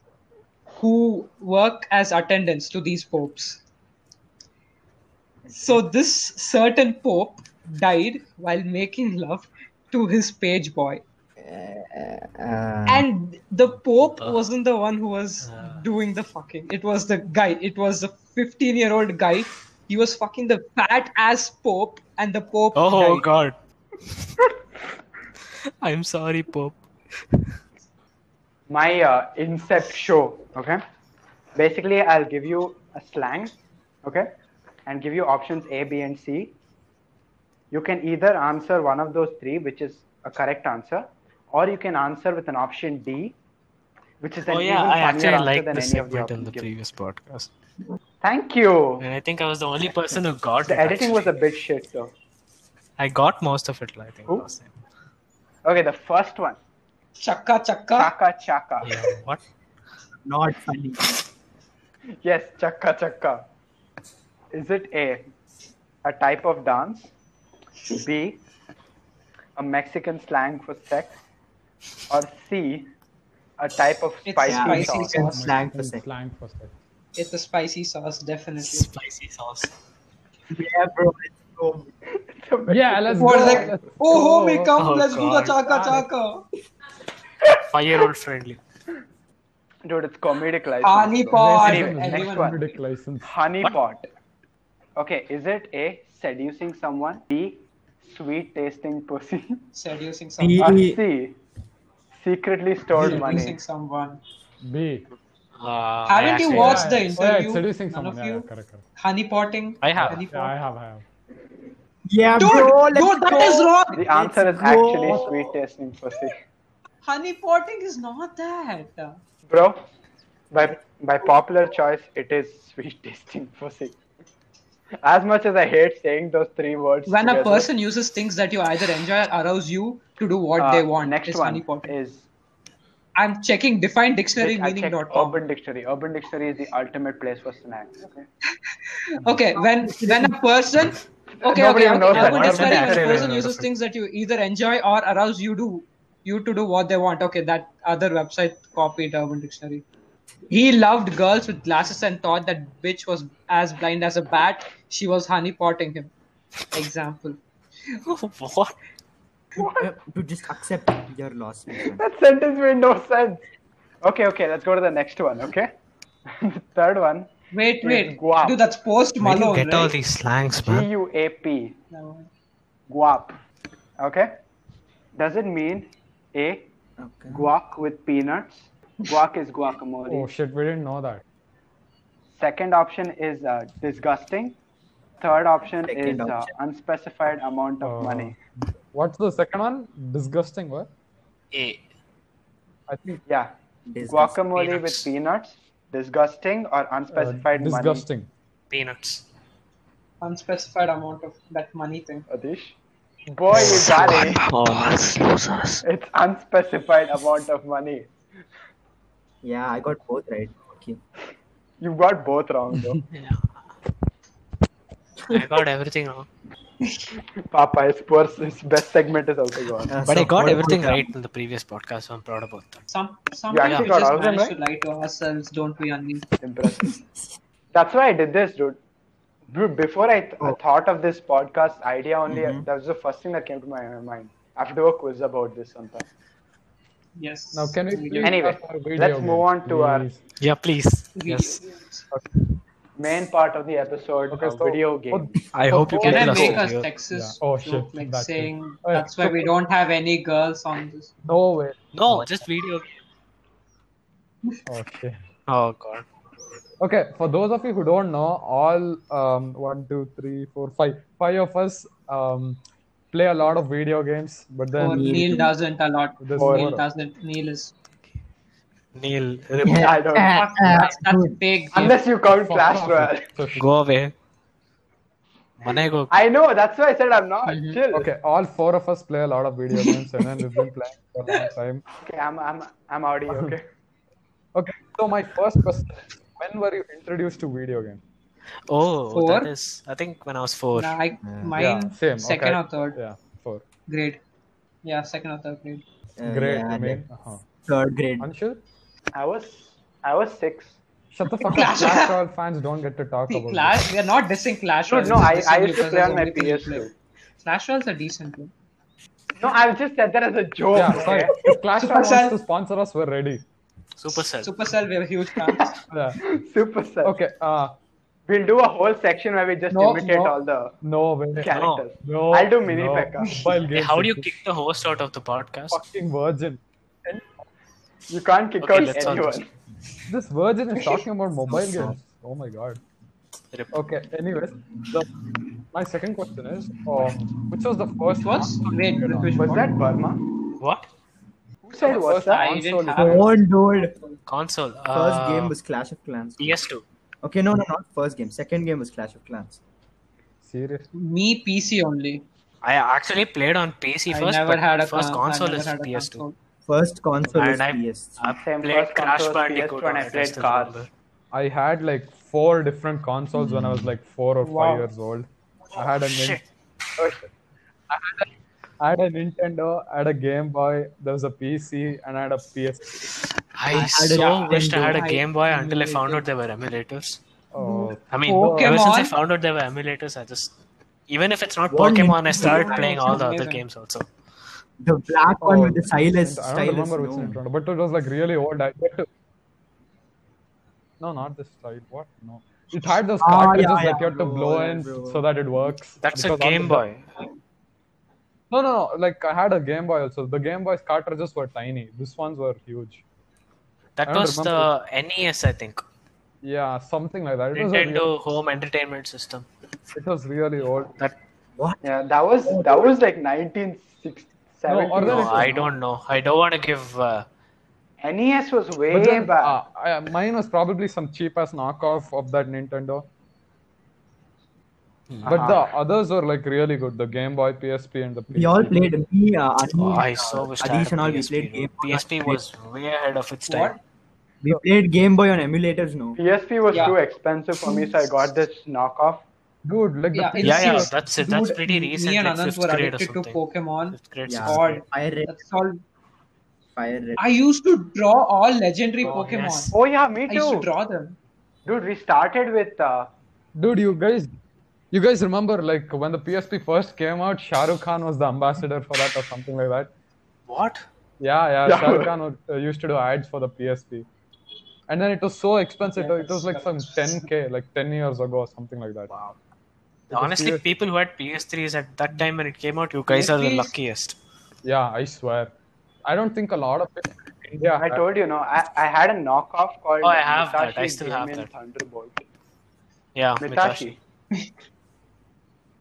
D: who work as attendants to these popes. So, this certain pope died while making love to his page boy. and the pope wasn't the one who was doing the fucking it was the guy it was the 15 year old guy he was fucking the fat ass pope and the pope
A: Oh
D: died. (laughs)
A: God. I'm sorry, Pope.
B: my uh, incept show okay basically i'll give you a slang okay and give you options a b and c you can either answer one of those three which is a correct answer or you can answer with an option d which is an
A: Oh yeah, I
B: even funnier
A: actually
B: answer
A: liked
B: than
A: the
B: any of
A: segment
B: the
A: in
B: options
A: the
B: given.
A: previous podcast,
B: thank you
A: and I think I was the only person who got
B: the
A: it,
B: editing was a
A: actually.
B: bit shit though
A: I got most of it. I think
B: Who?
A: last time.
B: okay the first one
D: chaka chaka
B: chaka chaka
A: Yeah. What?
C: Not funny.
B: Yes, chakka chakka. Is it A, a type of dance? B, a Mexican slang for sex? Or C, a type of
D: It's
B: spicy
D: spicy
B: sauce?
D: sauce.
C: Slang for sex.
E: Slang for sex.
D: it's a spicy sauce definitely
A: Spicy sauce.
C: Yeah, bro. It's so
B: It's a (laughs) Mexican-
E: Yeah, let's
D: or
E: go.
D: like
E: let's
D: oh
E: go.
D: homie come
A: Oh,
D: let's do the
A: God.
D: chaka chaka
A: Five-year-old friendly.
B: Dude, it's comedic license.
D: Honey
B: bro.
D: pot.
B: Anyway, next
D: Everyone-
B: one.
E: Comedic license.
B: Honey pot. Okay, is it A, seducing someone? B, sweet tasting pussy?
D: seducing
C: B.
D: someone
B: Or C, secretly stored money?
D: E, seducing someone
E: B.
A: Uh,
D: Haven't you
A: actually-
D: watched- What's the
E: Yeah, yeah,
D: interview?
E: it's seducing
D: None of
E: someone. Yeah,
D: you?
E: yeah, correct, correct.
D: honey potting
A: I have.
D: honey
E: Yeah, I
D: pot.
E: have, I have.
C: yeah,
D: dude
C: bro. Let's
D: dude that
C: go.
D: is wrong
B: The answer is
C: Let's
B: actually
C: go.
B: sweet tasting pussy.
D: honey potting is not that
B: Bro, by by popular choice, it is sweet (laughs) tasting pussy. As much as I hate saying those three words,
D: when a
B: together,
D: person uses things that you either enjoy or arouse you to do what
B: uh,
D: they want
B: Next
D: is
B: one
D: honey potting.
B: is
D: I'm checking defined
B: I
D: dictionary
B: checked
D: meaning.com.
B: Urban Dictionary. Urban Dictionary is the ultimate place for snacks. Okay.
D: Okay, when when a person okay
B: Nobody
D: okay,
B: even
D: okay
B: knows that.
D: urban dictionary
A: Urban
D: when a
A: dictionary
D: person
A: is
D: uses
A: different.
D: things that you either enjoy or arouse you to you to do what they want. Okay, that other website copied urban dictionary. He loved girls with glasses and thought that bitch was as blind as a bat. She was honey potting him. Example.
A: (laughs) what?
C: Uh, Dude, just accept your loss. man.
B: That sentence made no sense. Okay, okay, let's go to the next one. Okay. (laughs) the third one,
D: Wait, wait.
B: Guap.
D: Dude, that's post
A: Where do you
D: Malone.
A: get all
D: Right?
A: these slangs,
B: G
A: man?
B: U A P,
D: No.
B: guap. Okay. Does it mean a
C: Okay.
B: guac with peanuts? Guac is guacamole.
E: Oh shit, we didn't know that.
B: Second option is uh, disgusting. Third option
C: Second
B: is
C: option.
B: Uh, unspecified amount of
E: Uh,
B: money.
E: What's the second one? Disgusting. What?
A: A.
E: I think uh,
B: Yeah,
C: Disgusting.
B: guacamole with
A: Peanuts.
B: peanuts. Disgusting or
E: uh,
B: unspecified money.
E: disgusting.
A: Peanuts.
D: Unspecified amount of that money thing.
B: Adish, boy, you got it.
A: losers.
B: It's unspecified amount of money.
C: Yeah, I got both right. Okay. Uh,
B: You got both wrong though.
A: I got everything wrong.
B: Papa, his, worst, his best segment is also gone.
C: Uh,
A: But I
C: so
A: got
C: what-
A: everything
C: what-
A: right in the previous podcast, so I'm proud about that.
D: Some
B: actually
D: sometimes we
B: got
D: just
B: all of them,
D: manage to lie to ourselves, don't we, Anil?
B: Impressive. That's why I did this, dude. Dude, before I, th-
E: Oh.
B: I thought of this podcast idea, only
E: Mm-hmm.
B: that was the first thing that came to my my mind. I have to do a quiz about this sometime.
D: Yes.
E: Now can we please
B: Anyway,
E: have our video
B: let's
E: game,
B: move on to our-
E: please?
A: Yeah, please. Yes.
B: Main part of the episode
E: Okay,
B: of
E: so-
B: video game.
A: I hope you
E: Can
A: get
D: Oh, Can I
A: lost.
D: make
E: Plus two.
D: a
A: here.
D: sexist
E: Yeah. Oh,
D: joke,
E: shit,
D: like
E: that too.
D: saying
E: Oh, yeah.
D: that's why we don't have any girls on this?
E: No way.
A: No, just video.
E: Okay.
A: Oh god.
E: Okay, for those of you who don't know, all um, one, two, three, four, five, five of us um, play a lot of video games, but
D: Or
E: then
D: Oh, Neil doesn't a lot.
E: This
D: Neil
E: photo.
D: doesn't. Neil is.
A: Neil, rip.
C: Yeah.
B: (laughs) I don't.
E: (laughs)
C: Uh, uh,
D: That's, that's
C: dude.
D: big. Dude.
B: Unless you count
E: Fuck
B: Clash
E: off.
B: Royale.
E: So sh-
A: go away. Manego.
B: I know. That's why I said I'm not. Chill. Okay.
E: Mm-hmm. okay, all four of us play a lot of video games, and then we've been playing for a long time.
B: I'm I'm I'm out here.
E: Uh-huh.
B: Okay.
E: Okay, so my first question: is, When were you introduced to video games?
A: Oh,
D: Four?
A: that is. I think when I was four.
D: Nah, I, mine
E: yeah, same.
D: second
E: okay.
D: or third
E: Yeah, four.
D: grade. Yeah, second or third grade.
C: Uh,
E: Great.
C: yeah,
E: I mean,
C: like
E: uh-huh.
C: Third grade.
E: Anshul,
B: I was I was six.
E: shut the fuck up.
D: Clash.
E: Clash Royale fans don't get to talk
D: See,
E: about this.
D: Clash. We are not dissing Clash.
B: Dude,
D: Royale,
B: no.
D: we're
B: I
D: dissing
B: I used
D: because
B: to play
D: that's the
B: on my
D: only thing we
B: PS2.
D: play. Clash Royale's a decent one.
B: No, I've just said that as a joke.
E: Yeah, sorry.
B: okay? (laughs)
E: If Clash Royale
D: Supercell.
E: wants to sponsor us, we're ready.
A: Supercell.
D: Supercell, we're huge fans.
E: Yeah.
B: Supercell.
E: uh, Okay. Uh,
B: We'll do a whole section where we just
E: No,
B: imitate
E: no.
B: all the
E: no way.
B: characters.
E: No.
B: I'll do mini E
E: no.
B: Pekka.
E: Mobile
A: Hey,
E: games
A: how do you
E: is
A: kick the host out of the podcast?
E: Fucking virgin.
B: You can't kick
A: Okay,
B: out
A: let's not
B: anyone.
A: just-
E: This virgin is talking
A: (laughs)
E: about mobile games. Oh my god.
A: Rip.
E: Okay. Anyways, the, my second question is, uh, which was the first
D: Which was?
E: console
D: Wait,
E: you played on?
D: which
B: Was
D: one?
B: that Burma?
A: What
B: Who said
E: The
B: was
E: first
B: that?
D: I didn't
E: console you
D: have-
E: played on?
C: Oh, dude.
A: console?
C: First
A: Uh,
C: game was Clash of Clans.
A: PS2.
C: Okay, no, no, not first game. Second game was Clash of Clans.
E: Seriously.
D: Me, PC only.
A: I actually played on PC
D: I
A: first,
D: never
A: but
D: had a
A: first
D: con- I
A: console
D: never
A: is
D: had a
A: PS2.
D: console.
C: First console was
A: And I- uh,
C: PS.
A: I
B: Same
A: played
B: first
A: Crash
B: console,
A: Bandicoot.
B: PS2 and
A: on
B: I
A: it,
B: played
A: still
B: Cars.
A: remember.
E: I had like four different consoles when I was like four or
D: Wow.
E: five years old. I had a
A: Shit.
E: Nin- I had a Nintendo, I had a Game Boy, there was a PC, and I had a PS.
A: I,
C: had a
A: so wished I had a
D: Nintendo.
A: Game Boy until I found
D: Emulator.
A: out there were emulators.
E: Oh,
A: I mean, ever since I
D: Pokemon.
A: found out there were emulators, I just even if it's not
C: One
A: Pokemon, I
D: Nintendo.
A: started playing all the other
D: Amazing.
A: games also.
C: The black one
E: oh,
C: with the stylus.
E: I don't
C: stylus
E: remember which
C: no.
E: Nintendo, but it was like really old. I get to- No, not this side. What? No. It had those
C: Ah, yeah,
E: cartridges
C: yeah,
E: that you have to
C: bro,
E: blow
C: yeah,
E: in
C: bro.
E: so that it works.
A: That's
E: Because
A: a
E: on
A: Game
E: the-
A: Boy.
E: No, no, no. Like I had a Game Boy also. The Game Boy's cartridges were tiny. These ones were huge. I
A: That
E: don't
A: was the
E: remember.
A: NES, I think.
E: Yeah, something like that. It was, a real,
A: Nintendo Home Entertainment System.
E: it was really old.
A: That
C: What?
B: Yeah, that was that was like 1960.
E: No, or
A: no,
E: Really?
A: oh, I don't know. I don't want to give. Uh,
B: NES E was way
E: But then,
B: back.
E: uh, I, mine was probably some cheap ass knockoff of that Nintendo.
C: Uh-huh.
E: But the others were like really good. The Game Boy, PSP, and the
C: We all played me, uh, Adi,
A: oh, I
C: uh,
A: so wish I
C: Adish
A: had a
C: and all. We
A: PSP.
C: played Game Boy.
A: PSP was way ahead of its time.
D: What?
C: We played Game Boy on emulators. No.
B: PSP was
D: Yeah.
B: too expensive for me, so I got this knockoff.
E: Dude, like
D: Yeah,
E: the
D: it's
A: Yeah, yeah,
D: serious.
A: that's it. That's
D: Dude,
A: pretty recent,
D: Me and
A: like
D: Anand
A: fifth
D: were
A: grade or
D: addicted to
A: something.
D: Pokemon.
A: Fifth grade,
C: Yeah.
A: sixth grade.
C: Fire Red.
D: That's all.
C: Fire Red.
D: I used to draw all legendary
A: Oh,
D: Pokemon.
A: yes.
B: Oh yeah, me
D: I used to
B: too.
D: draw them.
B: Dude, we started with uh,
E: dude, you guys, you guys remember like when the PSP first came out, Shah Rukh Khan was the ambassador for that or something like that.
A: What?
E: Yeah, yeah,
B: Yeah.
E: Shah Rukh Khan would, uh, used to do ads for the PSP, and then it was so expensive.
D: Yeah,
E: it was like some
D: that's-
E: 10k, like 10 years ago or something like that. Wow.
A: Honestly, people who had PS3s at that time when it came out, you guys are the
D: PS3s?
A: luckiest.
E: Yeah, I swear. I don't think a lot of people in India.
B: I
E: had-
B: told you, no, I, I had a knockoff called
A: Uh-huh. Oh, I have that.
B: Musashi
A: I still have
B: Gamin
A: that.
B: Thunderbolt.
A: Yeah,
B: Mitashi. (laughs)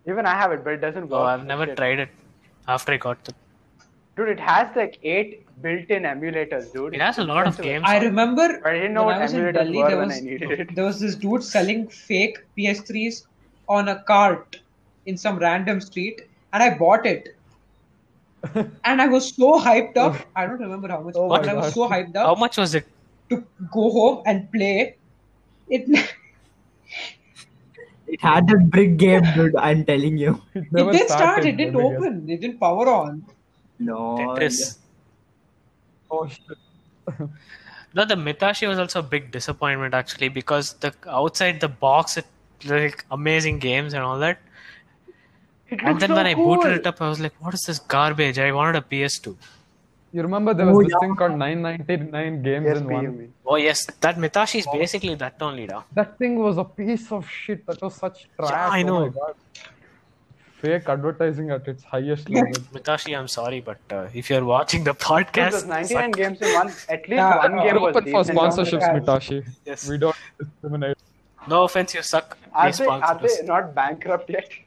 B: Even I have it, but it doesn't work.
A: Oh, I've never
B: Shit.
A: tried it. After I got the,
B: Dude, it has like eight built-in emulators, dude.
A: it has a lot of games.
D: I remember
B: But I didn't know
D: when
B: what
D: I was in
B: emulators
D: Delhi,
B: were
D: there
B: when
D: was,
B: I needed it.
D: there was this dude selling fake PS3s on a cart in some random street, and I bought it. and I was so hyped up. I don't remember how much,
E: Oh my
D: but I was
E: God.
D: so hyped
A: How
D: up
A: much was it?
D: to go home and play. It (laughs)
C: It had that brick game, dude. I'm telling you. (laughs)
E: It
D: It
E: never
D: didn't start, it
E: started,
D: didn't
E: I guess.
D: open, it didn't power on.
C: No.
A: Tetris.
E: Oh, shit.
A: No, the Mitashi was also a big disappointment actually because the outside the box it like amazing games and all that.
B: It
A: And
B: looks
A: then
B: so
A: when I
B: cool.
A: booted it up, I was like, "What is this garbage?" I wanted a PS2.
E: You remember there was
C: Oh,
E: this
C: yeah.
E: thing called 999 games
B: Yes,
E: in
B: P,
E: one.
B: you mean.
A: Oh yes, that Mitashi is basically that only, da.
E: That thing was a piece of shit. That was such trash.
A: I
E: Oh my
A: know.
E: God. Fake advertising at its highest level.
A: Mitashi, I'm sorry, but uh, if you're watching the (laughs)
B: Dude,
A: podcast,
B: those 99
A: suck.
B: games in one. At least
D: Yeah,
B: one
D: uh,
B: game
E: We're
B: was
E: open for
B: decent.
E: sponsorships,
D: Yeah.
E: Mitashi.
A: Yes.
E: We don't discriminate.
A: no offense, you suck.
B: Are
A: Please
B: they, are
A: sponsor us.
B: they not bankrupt yet? (laughs)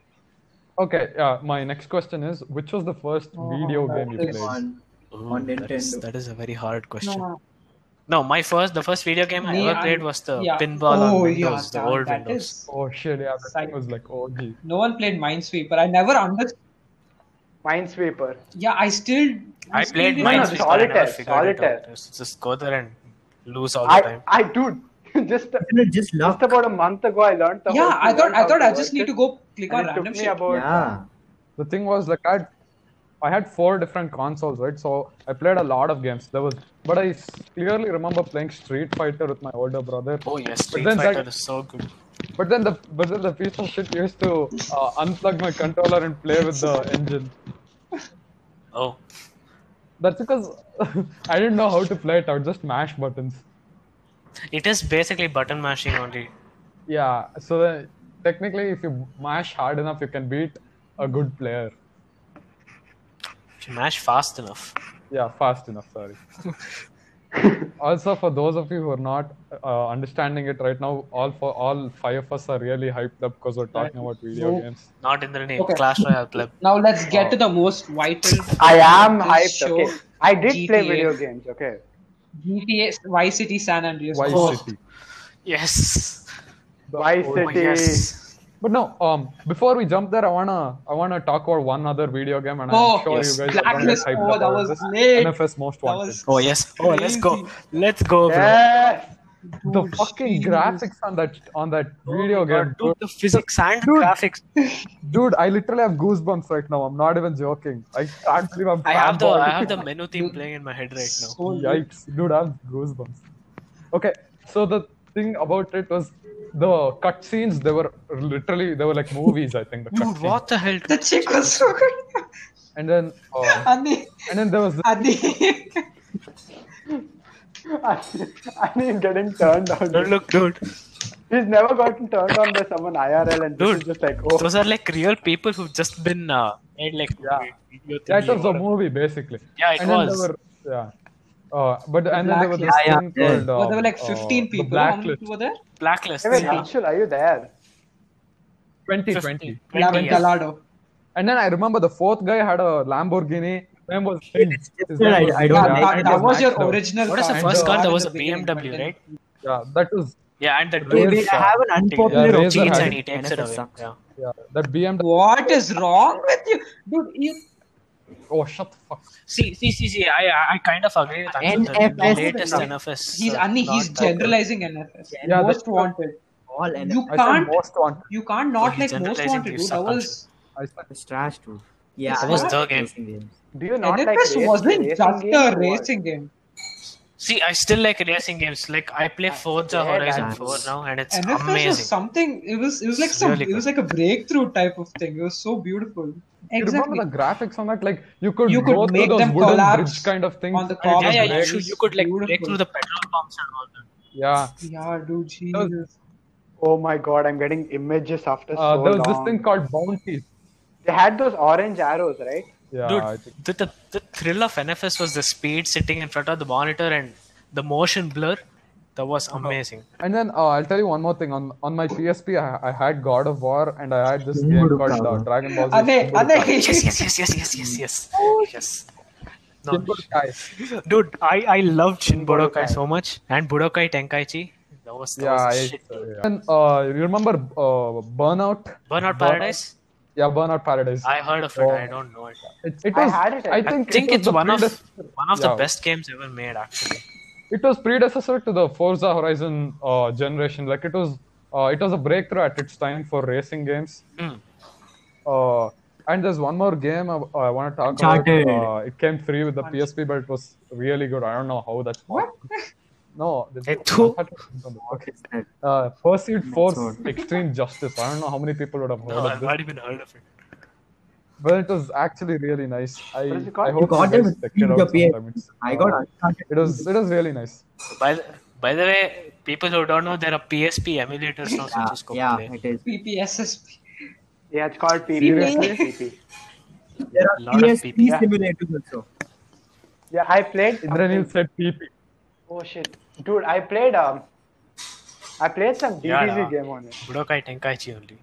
E: Okay, yeah. My next question is, which was the first video game you
D: that is
E: played?
C: On,
A: Ooh,
C: on
A: that is-
C: Nintendo.
A: that is a very hard question. No, my first, the first video game I
D: Me,
A: ever
D: I-
A: played was the
D: yeah.
A: pinball on
D: Oh, yeah,
A: Windows, the
D: that-
A: old
D: that
A: Windows.
D: is-
E: Oh shit! Yeah, that thing was like OG.
D: no one played Minesweeper. I never understood.
B: Minesweeper.
D: Yeah, I still.
A: I
D: still
A: played
D: didn't
B: no,
A: Minesweeper.
D: understand.
A: I never
B: solitaire,
A: figured
B: solitaire.
A: it out. Just, just go there and lose all the
B: I,
A: time.
B: I, dude, (laughs) just, just
C: You know, just love.
B: about a month ago, I learned the whole
D: Yeah, I
B: thing,
D: thought I
B: how
D: thought I
B: work
D: just need
B: it.
D: to go click on
B: And it took
D: random
B: me
D: shit.
B: about
C: Yeah.
E: The thing was like I, had, I had four different consoles, right? So I played a lot of games. There was, but I s- clearly remember playing Street Fighter with my older brother.
A: Oh yes, Street
E: then
A: Fighter
E: that-
A: is so good.
E: But then the but then the piece of shit used to uh, unplug my controller and play with the engine.
A: Oh,
E: That's because (laughs) I didn't know how to play it out, just mash buttons.
A: it is basically button mashing only.
E: Yeah, so then, technically, if you mash hard enough, you can beat a good player.
A: If you mash fast enough.
E: Yeah, fast enough, sorry. also, for those of you who are not uh, understanding it right now, all for all five of us are really hyped up because we're talking about video
D: Move.
E: games.
A: Not in the name.
D: Okay.
A: Clash Royale pleb.
D: Now let's get to the most vital.
B: (laughs) I am
D: this
B: hyped.
D: show,
B: Okay, I did play
D: GTA.
B: video games. Okay,
D: GTA Vice City San Andreas.
E: Vice
A: Oh.
E: City.
A: Yes.
E: The
B: Vice
E: old-
A: Oh,
B: City.
A: yes.
E: But no, um, before we jump there, I wanna I wanna talk about one other video game, and
D: Oh,
E: I'm sure
A: yes.
E: you guys are gonna get
D: Blacklist.
E: hyped
D: Oh,
E: up
D: that
E: about
D: was
E: this.
D: lit.
E: NFS Most
D: That
E: Wanted.
D: was
A: Oh yes. Oh let's go.
D: crazy.
A: Let's go, bro.
B: Yes. (laughs)
E: the fucking graphics on that on that video
A: Oh my
E: game,
A: God, dude, the physics and
E: Dude.
A: graphics.
E: dude. Dude, I literally have goosebumps right now. I'm not even joking. I can't believe I'm.
A: I have the I
E: fanboying.
A: have the menu theme playing in my head right now.
D: So lit.
E: Yikes, dude, I have goosebumps. Okay, so the thing about it was the cutscenes. They were literally they were like movies. I think the
A: Dude,
E: cutscenes.
A: what the hell?
D: The chick was so good.
E: And then uh,
D: Adi,
E: and then there was this, (laughs)
D: Adi.
B: I mean, getting turned on.
A: Don't look, dude.
B: He's never gotten turned on by someone IRL, and this
A: Dude,
B: is just like, oh,
A: Those are like real people who've just been uh, made like
E: Yeah.
A: video
E: that
A: thingy
E: was a
A: or-
E: movie basically.
A: Yeah, it
E: and then there
A: was.
E: were- yeah. Uh, but and then there was this
D: Blacklist.
E: thing
C: Yeah, yeah.
E: called.
D: Well, there were
E: um,
D: like
E: uh,
D: 15
E: the
D: people. How many
E: Blacklist.
D: people were there?
A: blacklist.
B: hey, wait,
A: yeah.
B: Anshul, are you there?
E: 2020.
D: Yeah, with
A: yeah.
D: Gallardo.
E: And then I remember the fourth guy had a Lamborghini. His name was Finn.
C: it's
E: His
C: different.
E: name
C: I- I don't
E: yeah,
D: that,
C: like
D: that,
C: it.
D: that was your
E: Maxwell.
D: original
A: What is the
E: And
A: first
E: the-
A: car?
E: that
A: There
D: in
A: was a
D: the beginning,
A: BMW,
D: but then-
A: right?
E: Yeah, that was
A: Yeah, and the
E: Wait,
A: dual
E: wait, I
C: have an unpopular
E: Yeah, Razor
A: jeans
E: has-
A: and he takes it
C: NFS
A: away.
C: sucks.
A: Yeah.
E: yeah, that BMW.
D: What is wrong with you? Dude, you,
E: Oh, shut the fuck.
A: See, see, see, see. I, I- I kind of agree with Anshul. that
C: NFS.
A: The latest
C: Yeah.
A: NFS.
D: he's
A: uh,
D: Anni,
A: not
D: he's
A: that good.
D: generalizing NFS.
E: Yeah,
D: most
E: that's-
D: wanted.
C: all and
D: You
E: I said
D: can't,
E: most wanted.
D: you can't not
A: he's
D: like most
A: generalizing
D: wanted,
A: you
D: dude. That was
E: I said
C: it's trash too. Yeah,
D: That
C: I
D: was
C: like
A: the game.
C: racing games.
B: Do you not like
D: NFS
B: race-
D: wasn't
B: racing
D: just
B: games
D: a
B: or what?
D: racing game.
A: See, I still like racing games. Like I play Forza
B: Yeah,
A: Horizon
C: that's-
A: 4 now, and it's
D: NFS was
A: amazing.
D: something. It was it was like
A: It's
D: some.
A: really
D: it was like a breakthrough type of thing. It was so beautiful.
E: You
D: Exactly.
E: remember the graphics on that? Like you could
D: You could
E: go through
D: make
E: those
D: them
E: wooden
D: collapse
E: bridge kind of things.
D: on the
E: and
D: car.
E: just
A: Yeah, yeah.
E: break-
D: Breaks.
A: You, you could like break
D: Beautiful.
A: through the petrol pumps and all that.
E: yeah.
D: Yeah, dude.
E: was-
D: Jesus.
B: Oh my god, I'm getting images after
E: Uh,
B: so
E: there was
B: long.
E: this thing called bounties.
B: They had those orange arrows, right?
E: Yeah, I
A: Dude,
E: think.
A: the, the, the thrill of NFS was the speed sitting in front of the monitor and the motion blur. That was (laughs) amazing.
E: And then uh, I'll tell you one more thing. On on my PSP, I, I had God of War and I had this game
C: Kimburuka.
E: called uh, Dragon Ball Z.
D: Ade,
E: Kimburuka.
A: Yes,
D: Ade.
A: yes, yes, yes, yes, yes, yes. Yes. No,
E: Kimburuka.
A: dude, I, I loved Shin Budokai
B: Budokai.
A: so much and Budokai Tenkaichi. That was, that
E: Yeah,
A: was
E: I,
A: Oh, shit. dude.
E: yeah. And uh, you remember uh, Burnout?
A: Burnout Paradise?
E: Yeah, Burnout Paradise.
A: I heard of it.
E: Oh.
A: I don't know it.
E: It, it
B: I
E: was.
B: had it, I
E: I
B: think.
E: think,
A: I think
E: it was
A: it's
E: the
A: one of
E: predes-
A: one of the
E: Yeah.
A: best games ever made. Actually,
E: It was predecessor to the Forza Horizon uh, generation. Like it was, uh, it was a breakthrough at its time for racing games.
A: Hmm.
E: Uh, and there's one more game I, I want to talk
C: Uncharted.
E: about. Uh, it came free with the PSP, but it was really good. I don't know how that's
D: What?
E: No, this-
A: Hey, two.
E: Okay. Uh, Pursuit Force
C: one.
E: Extreme Justice. I don't know how many people would have heard
A: no,
E: of
A: I've
E: this,
A: not even heard of it.
E: but it was actually really nice. I,
B: What is it called?
E: I
B: You
E: hope
C: got
E: you
C: it
E: guys
C: with
E: check it out
C: your PSP.
E: sometime. It's,
C: I
E: uh,
C: got uncharted.
E: It was it was really nice.
A: By the, by the way, people who don't know, there are PSP emulators now. so just go
C: Ah, Yeah,
A: play.
C: yeah, it is.
D: PPSSP.
B: Yeah, it's called PP. PP.
C: There are
A: Lot of
C: PSP
A: PP.
C: simulators also.
B: Yeah, I played.
E: Indranil
B: something-
E: said PP.
B: Oh shit, dude, I played um, I played some
A: Yeah,
B: DDZ
A: yeah.
B: game on it.
A: Budokai Tenkaichi only.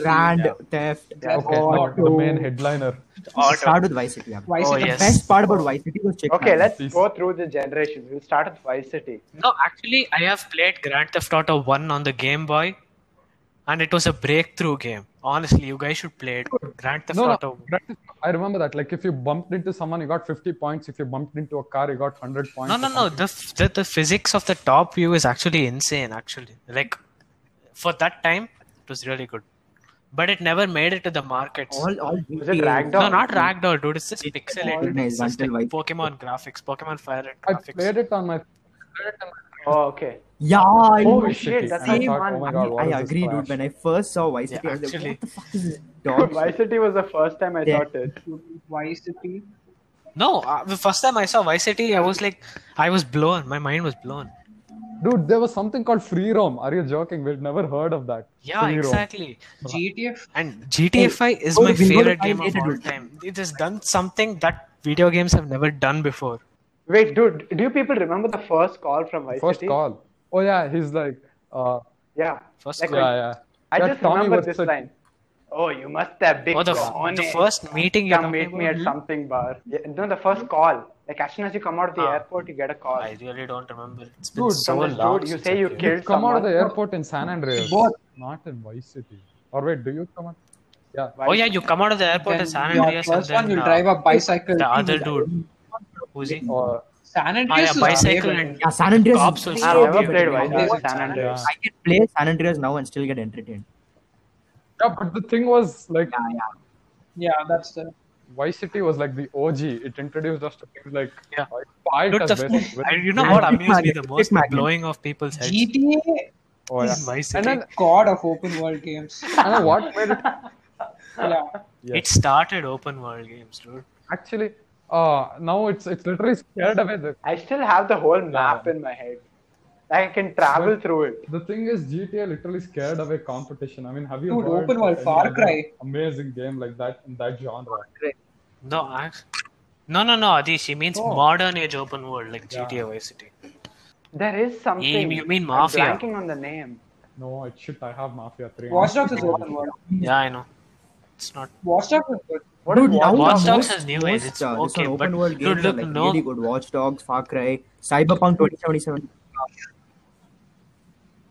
C: Grand Theft
D: Grand
E: Okay,
D: Theft
E: now
C: Auto.
E: the main headliner.
A: Auto.
C: Start with Vice City. Yeah.
D: Vice
A: Oh,
D: City.
A: yes.
C: The best part about Vice City was check.
B: Okay, let's
E: Please.
B: go through the generations. We'll start with Vice City.
A: No, actually, I have played Grand Theft Auto One on the Game Boy, and it was a breakthrough game. Honestly, you guys should play it. Grand Theft
E: No, no,
A: Auto.
E: that is- I remember that. Like, if you bumped into someone, you got 50 points. If you bumped into a car, you got 100 points.
A: No, no, no. The, f- the the physics of the top view is actually insane. Actually, like for that time, it was really good, but it never made it to the markets.
C: All, all
B: Was it
C: GTA.
B: ragdoll?
A: no, not ragdoll, dude. It's just pixelated.
C: organized
A: It's just like
C: until white.
A: Pokemon graphics, Pokemon Fire Red
E: I
A: graphics.
E: played it on my. I played it on my
B: Oh, okay.
C: Yeah, I
B: Oh,
C: know.
B: shit, that's
E: and
C: Same
E: I thought, oh my god,
C: I,
E: what
C: I
E: is this
C: agree, dude.
E: trash?
C: When I first saw Vice City,
A: Yeah,
C: I was
A: actually.
C: like, what the fuck is this dog?
B: Vice City was the first time I
C: Yeah.
B: thought it.
D: Vice City.
A: No, uh, the first time I saw Vice City, I was like, I was blown. My mind was blown.
E: Dude, there was something called free roam. Are you joking? We've never heard of that.
A: Yeah,
E: Free roam.
A: exactly.
D: GTF.
A: And GTFI is
C: go to-
A: my
C: we'll go to
A: favorite
C: five
A: game of
C: later,
A: all
C: dude.
A: time. It has done something that video games have never done before.
B: Wait, dude, do you people remember the first call from Vice
E: First
B: City?
E: call. Oh yeah, he's like, uh,
B: Yeah.
A: First
B: Like,
A: call.
E: yeah, yeah.
B: I
E: Yeah,
B: just
E: Tommy
B: remember
E: was
B: this
E: such-
B: line. Oh, you must have big
A: Oh, the,
B: on
A: the first meeting you're
B: Come
A: talking
B: meet me
A: about?
B: at something bar. Yeah, no, the first call. Like as soon as you come out of the
A: Ah.
B: airport, you get a call.
A: I really don't remember. It's been
E: Dude,
A: so
B: From this
A: long.
B: dude, you
A: since
B: say
A: I
B: you
A: played.
B: killed
E: come out
B: someone.
E: of the airport in San Andreas.
D: Both.
E: Not in Vice City. Or wait, do you come out? Yeah.
A: Oh yeah, you come out of the airport
D: then
A: in San
D: your
A: Andreas and
D: First one,
A: then
D: you'll
A: uh,
D: drive a bicycle.
A: the other dude. Who's he?
E: Or
D: San
A: Ah, yeah,
D: Andreas. is
A: bicycle
D: way
A: and
C: Yeah, San Andreas.
A: cops
C: is
A: will
C: way
A: stop
B: never
C: better.
B: played
A: you.
B: Vice
A: Yeah.
B: City, San Andreas.
E: yeah.
C: I can play San Andreas now and still get entertained.
E: yeah, but the thing was like
C: Yeah, yeah.
D: better. Yeah, that's the.
E: Vice City was like the OG. It introduced us to things like
A: Yeah.
E: uh, fight
A: Dude,
E: as
A: the,
E: basic-
A: I- you know
E: (laughs)
A: what
C: Magic
A: amused me
C: Magnet,
A: the
C: Magic
A: most? The
C: Magnet.
A: blowing of people's heads.
D: GTA
E: Oh, yeah.
A: My city.
E: And then,
D: god of open world games.
E: and then what made it
D: Yeah.
E: Yeah.
A: It started open world games, dude.
E: actually uh now it's it's literally scared away the,
B: I still have the whole map in my head. Like I can travel through it.
E: the thing is gta literally scared away competition i mean have you
D: Dude,
E: heard
D: open world,
E: of
D: Far
E: any other
D: Cry.
E: amazing game like that in that genre
A: No, I, no, no, no, Adi. She means
E: Oh.
A: modern age open world like
E: Yeah.
A: GTA Vice City.
B: There is something.
A: you mean
B: I'm
A: Mafia.
B: blanking on the name.
E: no it should i have mafia 3
D: Watch Dogs is open world.
C: Mm.
A: Yeah, I know. It's not.
D: Watch Dogs is good.
B: What
C: Dude,
B: is
C: now
B: Watch
A: Watch
B: Dogs?
A: Dogs is new age,
C: most,
A: it's
C: uh, this
A: okay,
C: one
A: but-
C: open world
A: dude,
C: games
A: look,
C: are like
A: no-
C: really good. Watch Dogs, Far Cry, Cyberpunk 2077.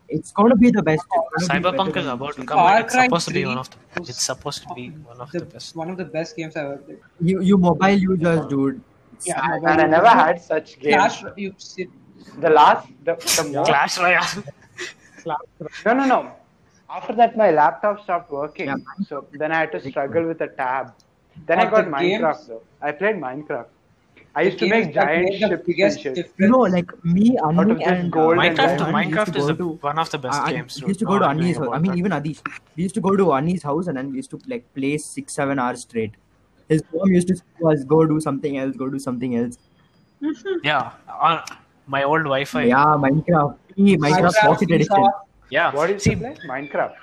C: It's gonna be the best. It's gonna be
A: Cyberpunk
C: better
A: is
C: than-
A: about to come.
D: Far
A: out. It's
D: Cry
A: supposed to be
D: 3
A: one of. The, it's supposed to be one of the,
D: The-
A: best.
D: one of the best games I've ever played.
C: You, you mobile users, dude. It's
D: Yeah,
C: sad.
D: mobile
B: And I never had such game.
D: Clash, you sit.
B: The last, the, the most.
A: Clash
C: (laughs)
A: Royale.
B: No, no, no. After that, my laptop stopped working.
C: Yeah.
B: So then I had to struggle with a tab. Then I
D: But
B: got
D: the
B: Minecraft
D: games-
B: though. I played Minecraft. I used to
D: Games
B: make
D: that made
B: giant
D: the
B: ships and
D: biggest
B: shit.
D: difference.
C: You know, like me,
B: Out of
C: Anu,
B: this
C: and uh,
B: gold and
A: Minecraft.
B: Diamond
A: Minecraft is
C: used to
A: the,
C: go to-
A: one of the best
C: I- I-
A: games.
C: We used to go to Ani's house. I mean, even
A: I
C: Adish. We used to go to Ani's house and then we used to like play six, seven hours straight. His mom used to tell us, go do something else, go do something else.
A: yeah, on my old Wi-Fi. Yeah.
C: Yeah, Minecraft. Hey, Minecraft Pocket Edition.
B: What is it like? Minecraft.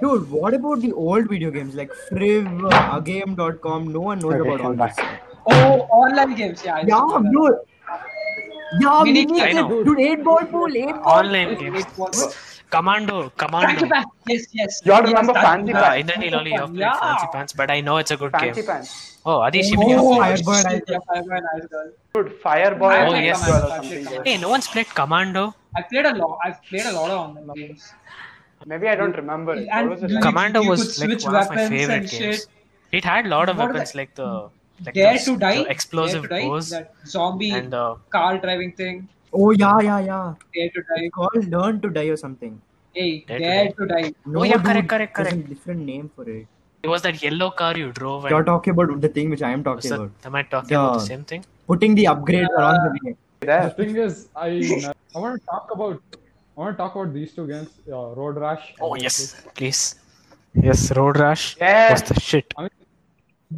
B: though.
C: Dude, what about the old video games like Friv, uh, Agame.com? No one knows
B: Okay,
C: about all
B: come back.
C: this.
D: Oh, online games, yeah. I used to
C: Yeah,
D: do
C: dude. Yeah,
D: Mini
C: Mini
A: I know.
C: Kid. Dude, 8 ball pool, 8 ball.
A: Online
D: that.
A: games.
D: It was-
A: Commando.
D: Back to
A: Commando.
D: back. Yes, yes.
B: You all
D: Yes,
B: remember
D: that-
B: Fancy
A: Yeah,
B: Pants?
A: in the Niloli, you have played
D: Yeah.
A: Fancy Pants, but I know it's a good
B: Fancy
A: game.
B: Pants.
A: Oh, Adish, even you
D: Oh,
A: have
C: Firebird,
A: played.
C: I
D: shit, yeah, Firebird, I did.
B: Dude, Fireball
D: I
B: and
C: Oh,
A: played
B: Minecraft
A: Command
B: or
D: Conquer.
B: something.
D: Command.
B: though.
A: Hey, no one's played Commando.
D: I played a lot. I've played a lot of online games.
B: Maybe I don't remember it. What
D: And
B: was it
D: you-
B: like?
A: Commando
D: you
A: was
D: could
A: like
D: switch
A: one of my
D: weapons
A: favorite
D: and
A: games.
D: shit.
A: It had a lot of
D: What are
A: weapons
D: the-
A: like the like
D: Dare
A: the,
D: to die.
A: the explosive
D: Dare to die.
A: bows
D: That zombie
A: and uh,
D: car driving thing.
C: Oh, yeah, yeah, yeah.
D: Dare to die.
C: It's called Learn to Die or something.
D: Hey,
A: Dare
D: dare,
A: to
D: to die.
C: No,
A: Oh, yeah,
C: dude,
A: correct, correct,
C: there's
A: correct.
C: a different name for it.
A: it was that yellow car you drove
C: You're
A: and
C: talking about the thing which I am
A: was
C: talking
A: that,
C: about.
A: am I talking about the
C: Yeah.
A: same thing?
C: Putting the upgrade along the way.
E: the
B: There.
E: (laughs) thing is i i want to talk about i want to talk about these two games uh, road rash and
A: Oh
E: Road
A: yes,
E: Rash.
A: please. Yes, Road Rush
B: Yeah.
A: was the shit.
E: I mean,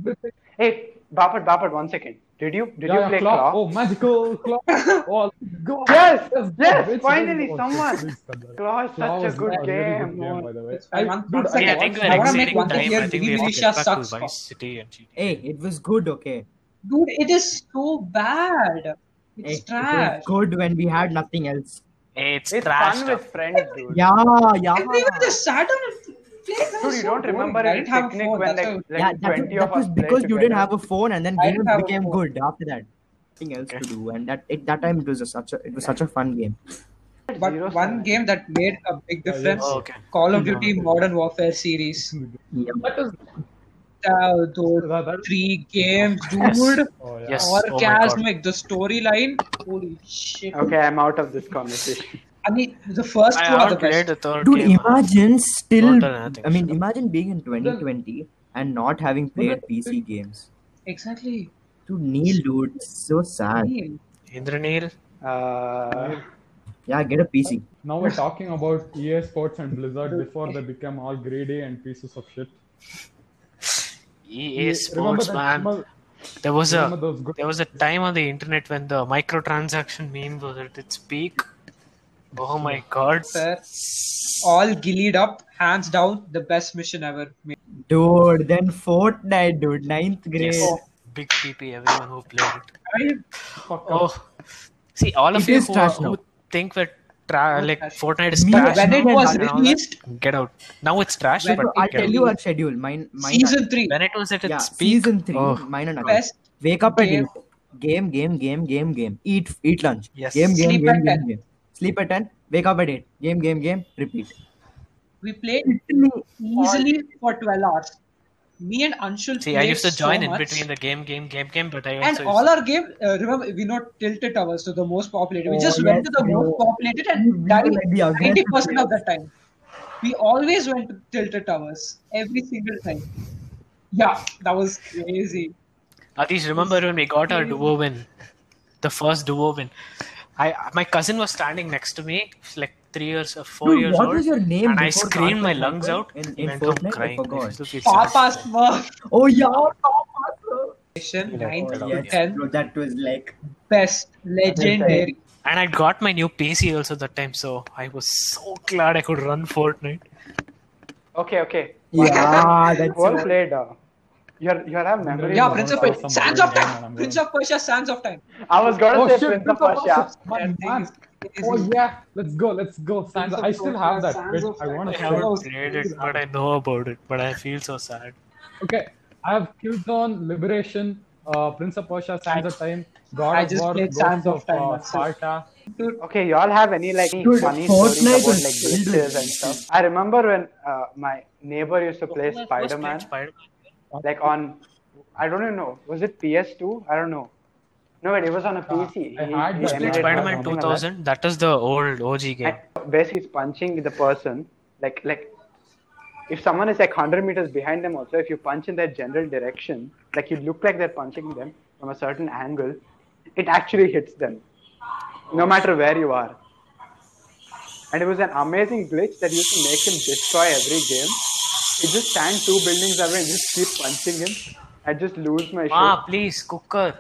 E: the thing-
B: Hey, Bapat, Bapat, one second. Did you did
E: yeah,
B: you
E: yeah,
B: play
E: Claw.
B: Claw?
E: oh magical
D: (laughs)
E: claw oh go
B: Yes,
E: go.
B: yes,
E: It's
B: finally
E: really- oh,
B: someone.
E: please, please,
B: Claw is
E: Claw
B: such a
E: was
B: good
E: a really
B: game.
E: good game, by the way.
D: It's fine.
E: I-
D: One-
E: dude,
D: one second,
A: Yeah, I
E: watched-
A: think
D: I
A: we're
D: wanna make
A: exceeding
D: one
A: time.
D: thing
A: I
D: here.
A: think we have to
D: Vinicius
A: get back to
D: sucks.
A: Vice City and GTA.
C: Hey, it was good, okay.
D: Dude, it is so bad.
C: Hey,
D: It's
C: it
D: trash.
C: was good when we had nothing else.
A: Hey, it's,
B: It's
A: trash
B: fun
A: stuff.
B: with friends, dude.
C: Yeah, yeah.
D: And even the Saturn plays
B: Dude, you don't remember
D: I
B: it
D: didn't have a
B: picnic
D: phone.
B: when
D: That's
B: like,
D: how-
B: like
C: yeah, that,
B: 20
C: that
B: of us
C: was
B: played
C: because you didn't
B: together.
C: have a phone, and then
D: I
C: games
D: didn't have a
C: became
D: phone.
C: good after that. Nothing else to do, and that it, that time it was a, such a it was such a fun game.
D: But
B: Zero
D: one
B: seven.
D: game that made a big difference:
A: Oh, okay.
D: Call of Duty Modern Warfare series.
C: Yeah.
E: That is-
D: Uh, those
E: that- that-
D: three games,
A: Yes.
D: dude.
E: oh, yeah.
A: Yes. Oh my God.
D: Orgasmic, the storyline. Holy shit!
B: Okay, I'm out of this conversation.
D: I mean, the first
A: I
D: two are the
A: haven't played
D: best.
A: the third
C: Dude,
A: game.
C: imagine still.
A: Total nothing.
C: I mean, imagine being in 2020 and not having played PC games.
D: Exactly.
C: Dude, Neil, dude, it's so sad.
D: Neil.
A: Indranil,
B: Uh,
C: Yeah, get a PC.
E: Now we're talking about EA Sports and Blizzard before they become all greedy and pieces of shit.
A: EA
E: Yeah, E remember
A: E Sports,
E: that-
A: man.
E: remember-
A: There was a
E: remember those good-
A: there was a time on the internet when the microtransaction meme was at its peak. Oh my god.
D: Fair. All gillied up, hands down, the best mission ever made.
C: Dude, then Fortnite, dude, ninth grade.
A: Yes. Big PP, everyone who played it.
D: I-
A: Oh, see, all of
C: It
A: you
C: is
A: who,
C: trash
A: who
C: now.
A: think we're tra- like
D: trash.
A: Fortnite is
C: Me,
A: trash.
D: when it
C: now
D: was
C: and
A: and all
D: released,
A: that, get out. Now it's trash,
D: When-
A: but
C: I'll
A: get
C: tell
A: out.
C: you our schedule. Mine, mine
D: season three,
A: when it was at its
C: yeah,
A: peak,
C: season three.
A: Oh.
C: Mine and
D: best
C: Wake up at
D: Game.
C: eight. Game, game, game, game, game. Eat, eat lunch.
A: Yes.
C: Game, game,
D: Sleep
C: game,
D: at
C: game,
D: 10.
C: game. Sleep at ten. Wake up at eight. Game, game, game. Repeat.
D: we played
C: Literally,
D: easily for 12 hours. Me and Anshul
A: see, I
D: played
A: used to
D: so
A: join in
D: much.
A: between the game, game, game, game, but I also
D: and
A: used
D: all
A: to-
D: our game, uh, remember, we know tilted towers to the most populated. we
C: Oh,
D: just went to
C: yes,
D: the
C: bro.
D: most populated
C: We-
D: and
C: we
D: died
C: were like the aggressive
D: 90% of the time. We always went to tilted towers every single time. Yeah, that was crazy.
A: Atish, remember when we got our duo win? The first duo win. I my cousin was standing next to me, like three years or four
C: Dude,
A: years
C: what
A: old.
C: was your name
A: And I
C: before
A: screamed my
C: Carter
A: lungs out.
C: in-
A: He
C: in
A: went home
C: Fortnite? I
A: crying.
C: forgot.
A: used to feel sad.
D: Papa's Smurf
C: Oh yeah, Papa Smurf.
D: Nation,
A: Yeah,
D: 9
A: yeah.
D: to
C: Yes,
D: 10,
C: bro, that was like
D: best, legendary.
A: And I got my new PC also that time, so I was so glad I could run
C: (laughs)
A: Fortnite.
B: okay, okay.
C: yeah, that's
B: Well
C: what-
B: played. Uh, you you have memories.
D: Yeah,
E: Yeah,
D: Prince of
E: I'll
D: Persia,
E: some
D: Sands
E: other
D: of
E: game and
D: Time,
E: I'm
D: Prince
E: going.
D: of Persia, Sands of Time.
B: I was gonna
E: Oh
B: say
E: shit,
B: Prince of
E: Prince of
B: Persia.
E: Persia. My
D: That thing
E: man.
D: is crazy.
E: Oh yeah, let's go, let's go. Sands-
D: of
E: I still
D: Persia,
E: have that.
D: Sands
E: Wait,
D: of
E: I want
A: I
E: to
D: Time.
E: show.
A: haven't played it, but I know about it. But I feel so sad.
E: Okay, I have Killzone, Liberation, uh, Prince of Persia, Sands of Time, God
D: I
E: of
D: just
E: War,
D: played
E: Ghosts
D: Sands of
E: of
D: Time
E: uh,
D: myself.
E: Sparta.
B: Okay, y'all have any like any
C: Dude,
B: funny stories
C: Fortnite
B: about
C: is
B: like
C: really-
B: glitches and stuff? I remember when uh, my neighbor used to play
A: When I first played
B: Spider Man,
A: Spider-Man.
B: like on, I don't even know, was it PS2? I don't know. No, wait, it was on a PC.
E: I had
B: He- he
E: that. Played
B: emulated
E: Spider-Man
B: something
A: Spider-Man
B: like that.
A: 2000. That is the old OG game.
B: And basically, he's punching the person. Like, like if someone is like 100 meters behind them, also, if you punch in their general direction, like you look like they're punching them from a certain angle, it actually hits them, no matter where you are. And it was an amazing glitch that used to make him destroy every game. It just stand two buildings away and just keep punching him. I just lose my shit.
A: Ah, please, cooker.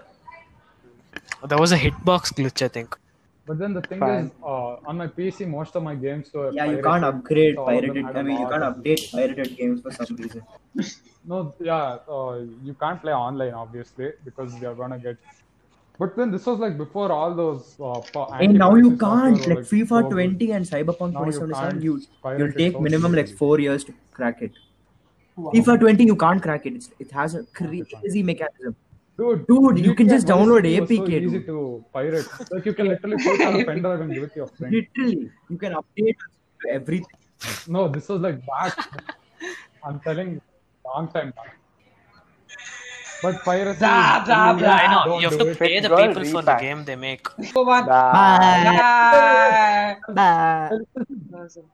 A: There was a hitbox glitch, I think.
E: But then the thing
B: Fine.
E: is, uh, on my PC, most of my games were.
C: Yeah, you
E: pirated,
C: can't upgrade
A: Oh,
E: so all of them
C: pirated.
E: had
C: I
E: a
C: mean, you
E: mod.
C: can't update pirated games for some reason.
E: No, yeah, uh, you can't play online obviously because you're gonna get. But then this was like before all those. Uh, pa-
C: And now you
E: anti-piracy software
C: can't.
E: were,
C: Like FIFA
E: so good.
C: 20 and Cyberpunk
E: Now you
C: 2077,
E: can't
C: you
E: pirate
C: you'll
E: it
C: take
E: so
C: minimum like
E: easily.
C: four years to crack it.
D: Wow.
C: FIFA 20 you can't crack it. It's, it has a crazy mechanism.
E: Dude,
C: Dude, you can just
E: GTA
C: download
E: was so
C: APK,
E: easy
C: dude.
E: to pirate. Like you can literally put on a pen drive and give it to
C: (laughs)
E: your friend.
C: Literally, you can update to everything.
E: No, this was like back. I'm telling, you, long time back. But piracy.
D: Blah, blah, blah.
A: I know.
E: Don't
A: you have
E: do
A: to
E: it.
A: pay the
B: Girl,
A: people for the
B: repack.
A: game they make.
D: Go on.
B: Bye.
C: Bye.
D: Bye.
C: Bye.